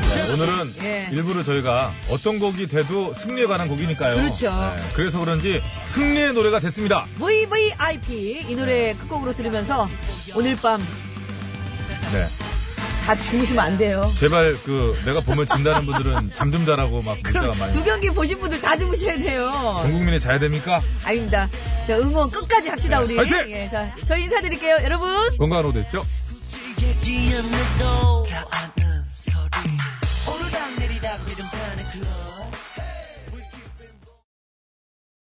네, 오늘은
예.
일부러 저희가 어떤 곡이 돼도 승리에 관한 곡이니까요. 네,
그렇죠.
그래서 그런지 승리의 노래가 됐습니다.
VVIP 이 노래 끝곡으로 들으면서 오늘 밤 다
네.
주무시면 안 돼요.
제발 그 내가 보면 진다는 분들은 잠 좀 자라고 막 문자가
그럼
많이 네.
두 경기 보신 분들 다 주무셔야 돼요.
전 국민이 자야 됩니까?
아닙니다. 자, 응원 끝까지 합시다,
네,
우리.
화이팅!
예, 자, 저희 인사드릴게요, 여러분.
건강으로 됐죠?
길게 뛰어내도 다안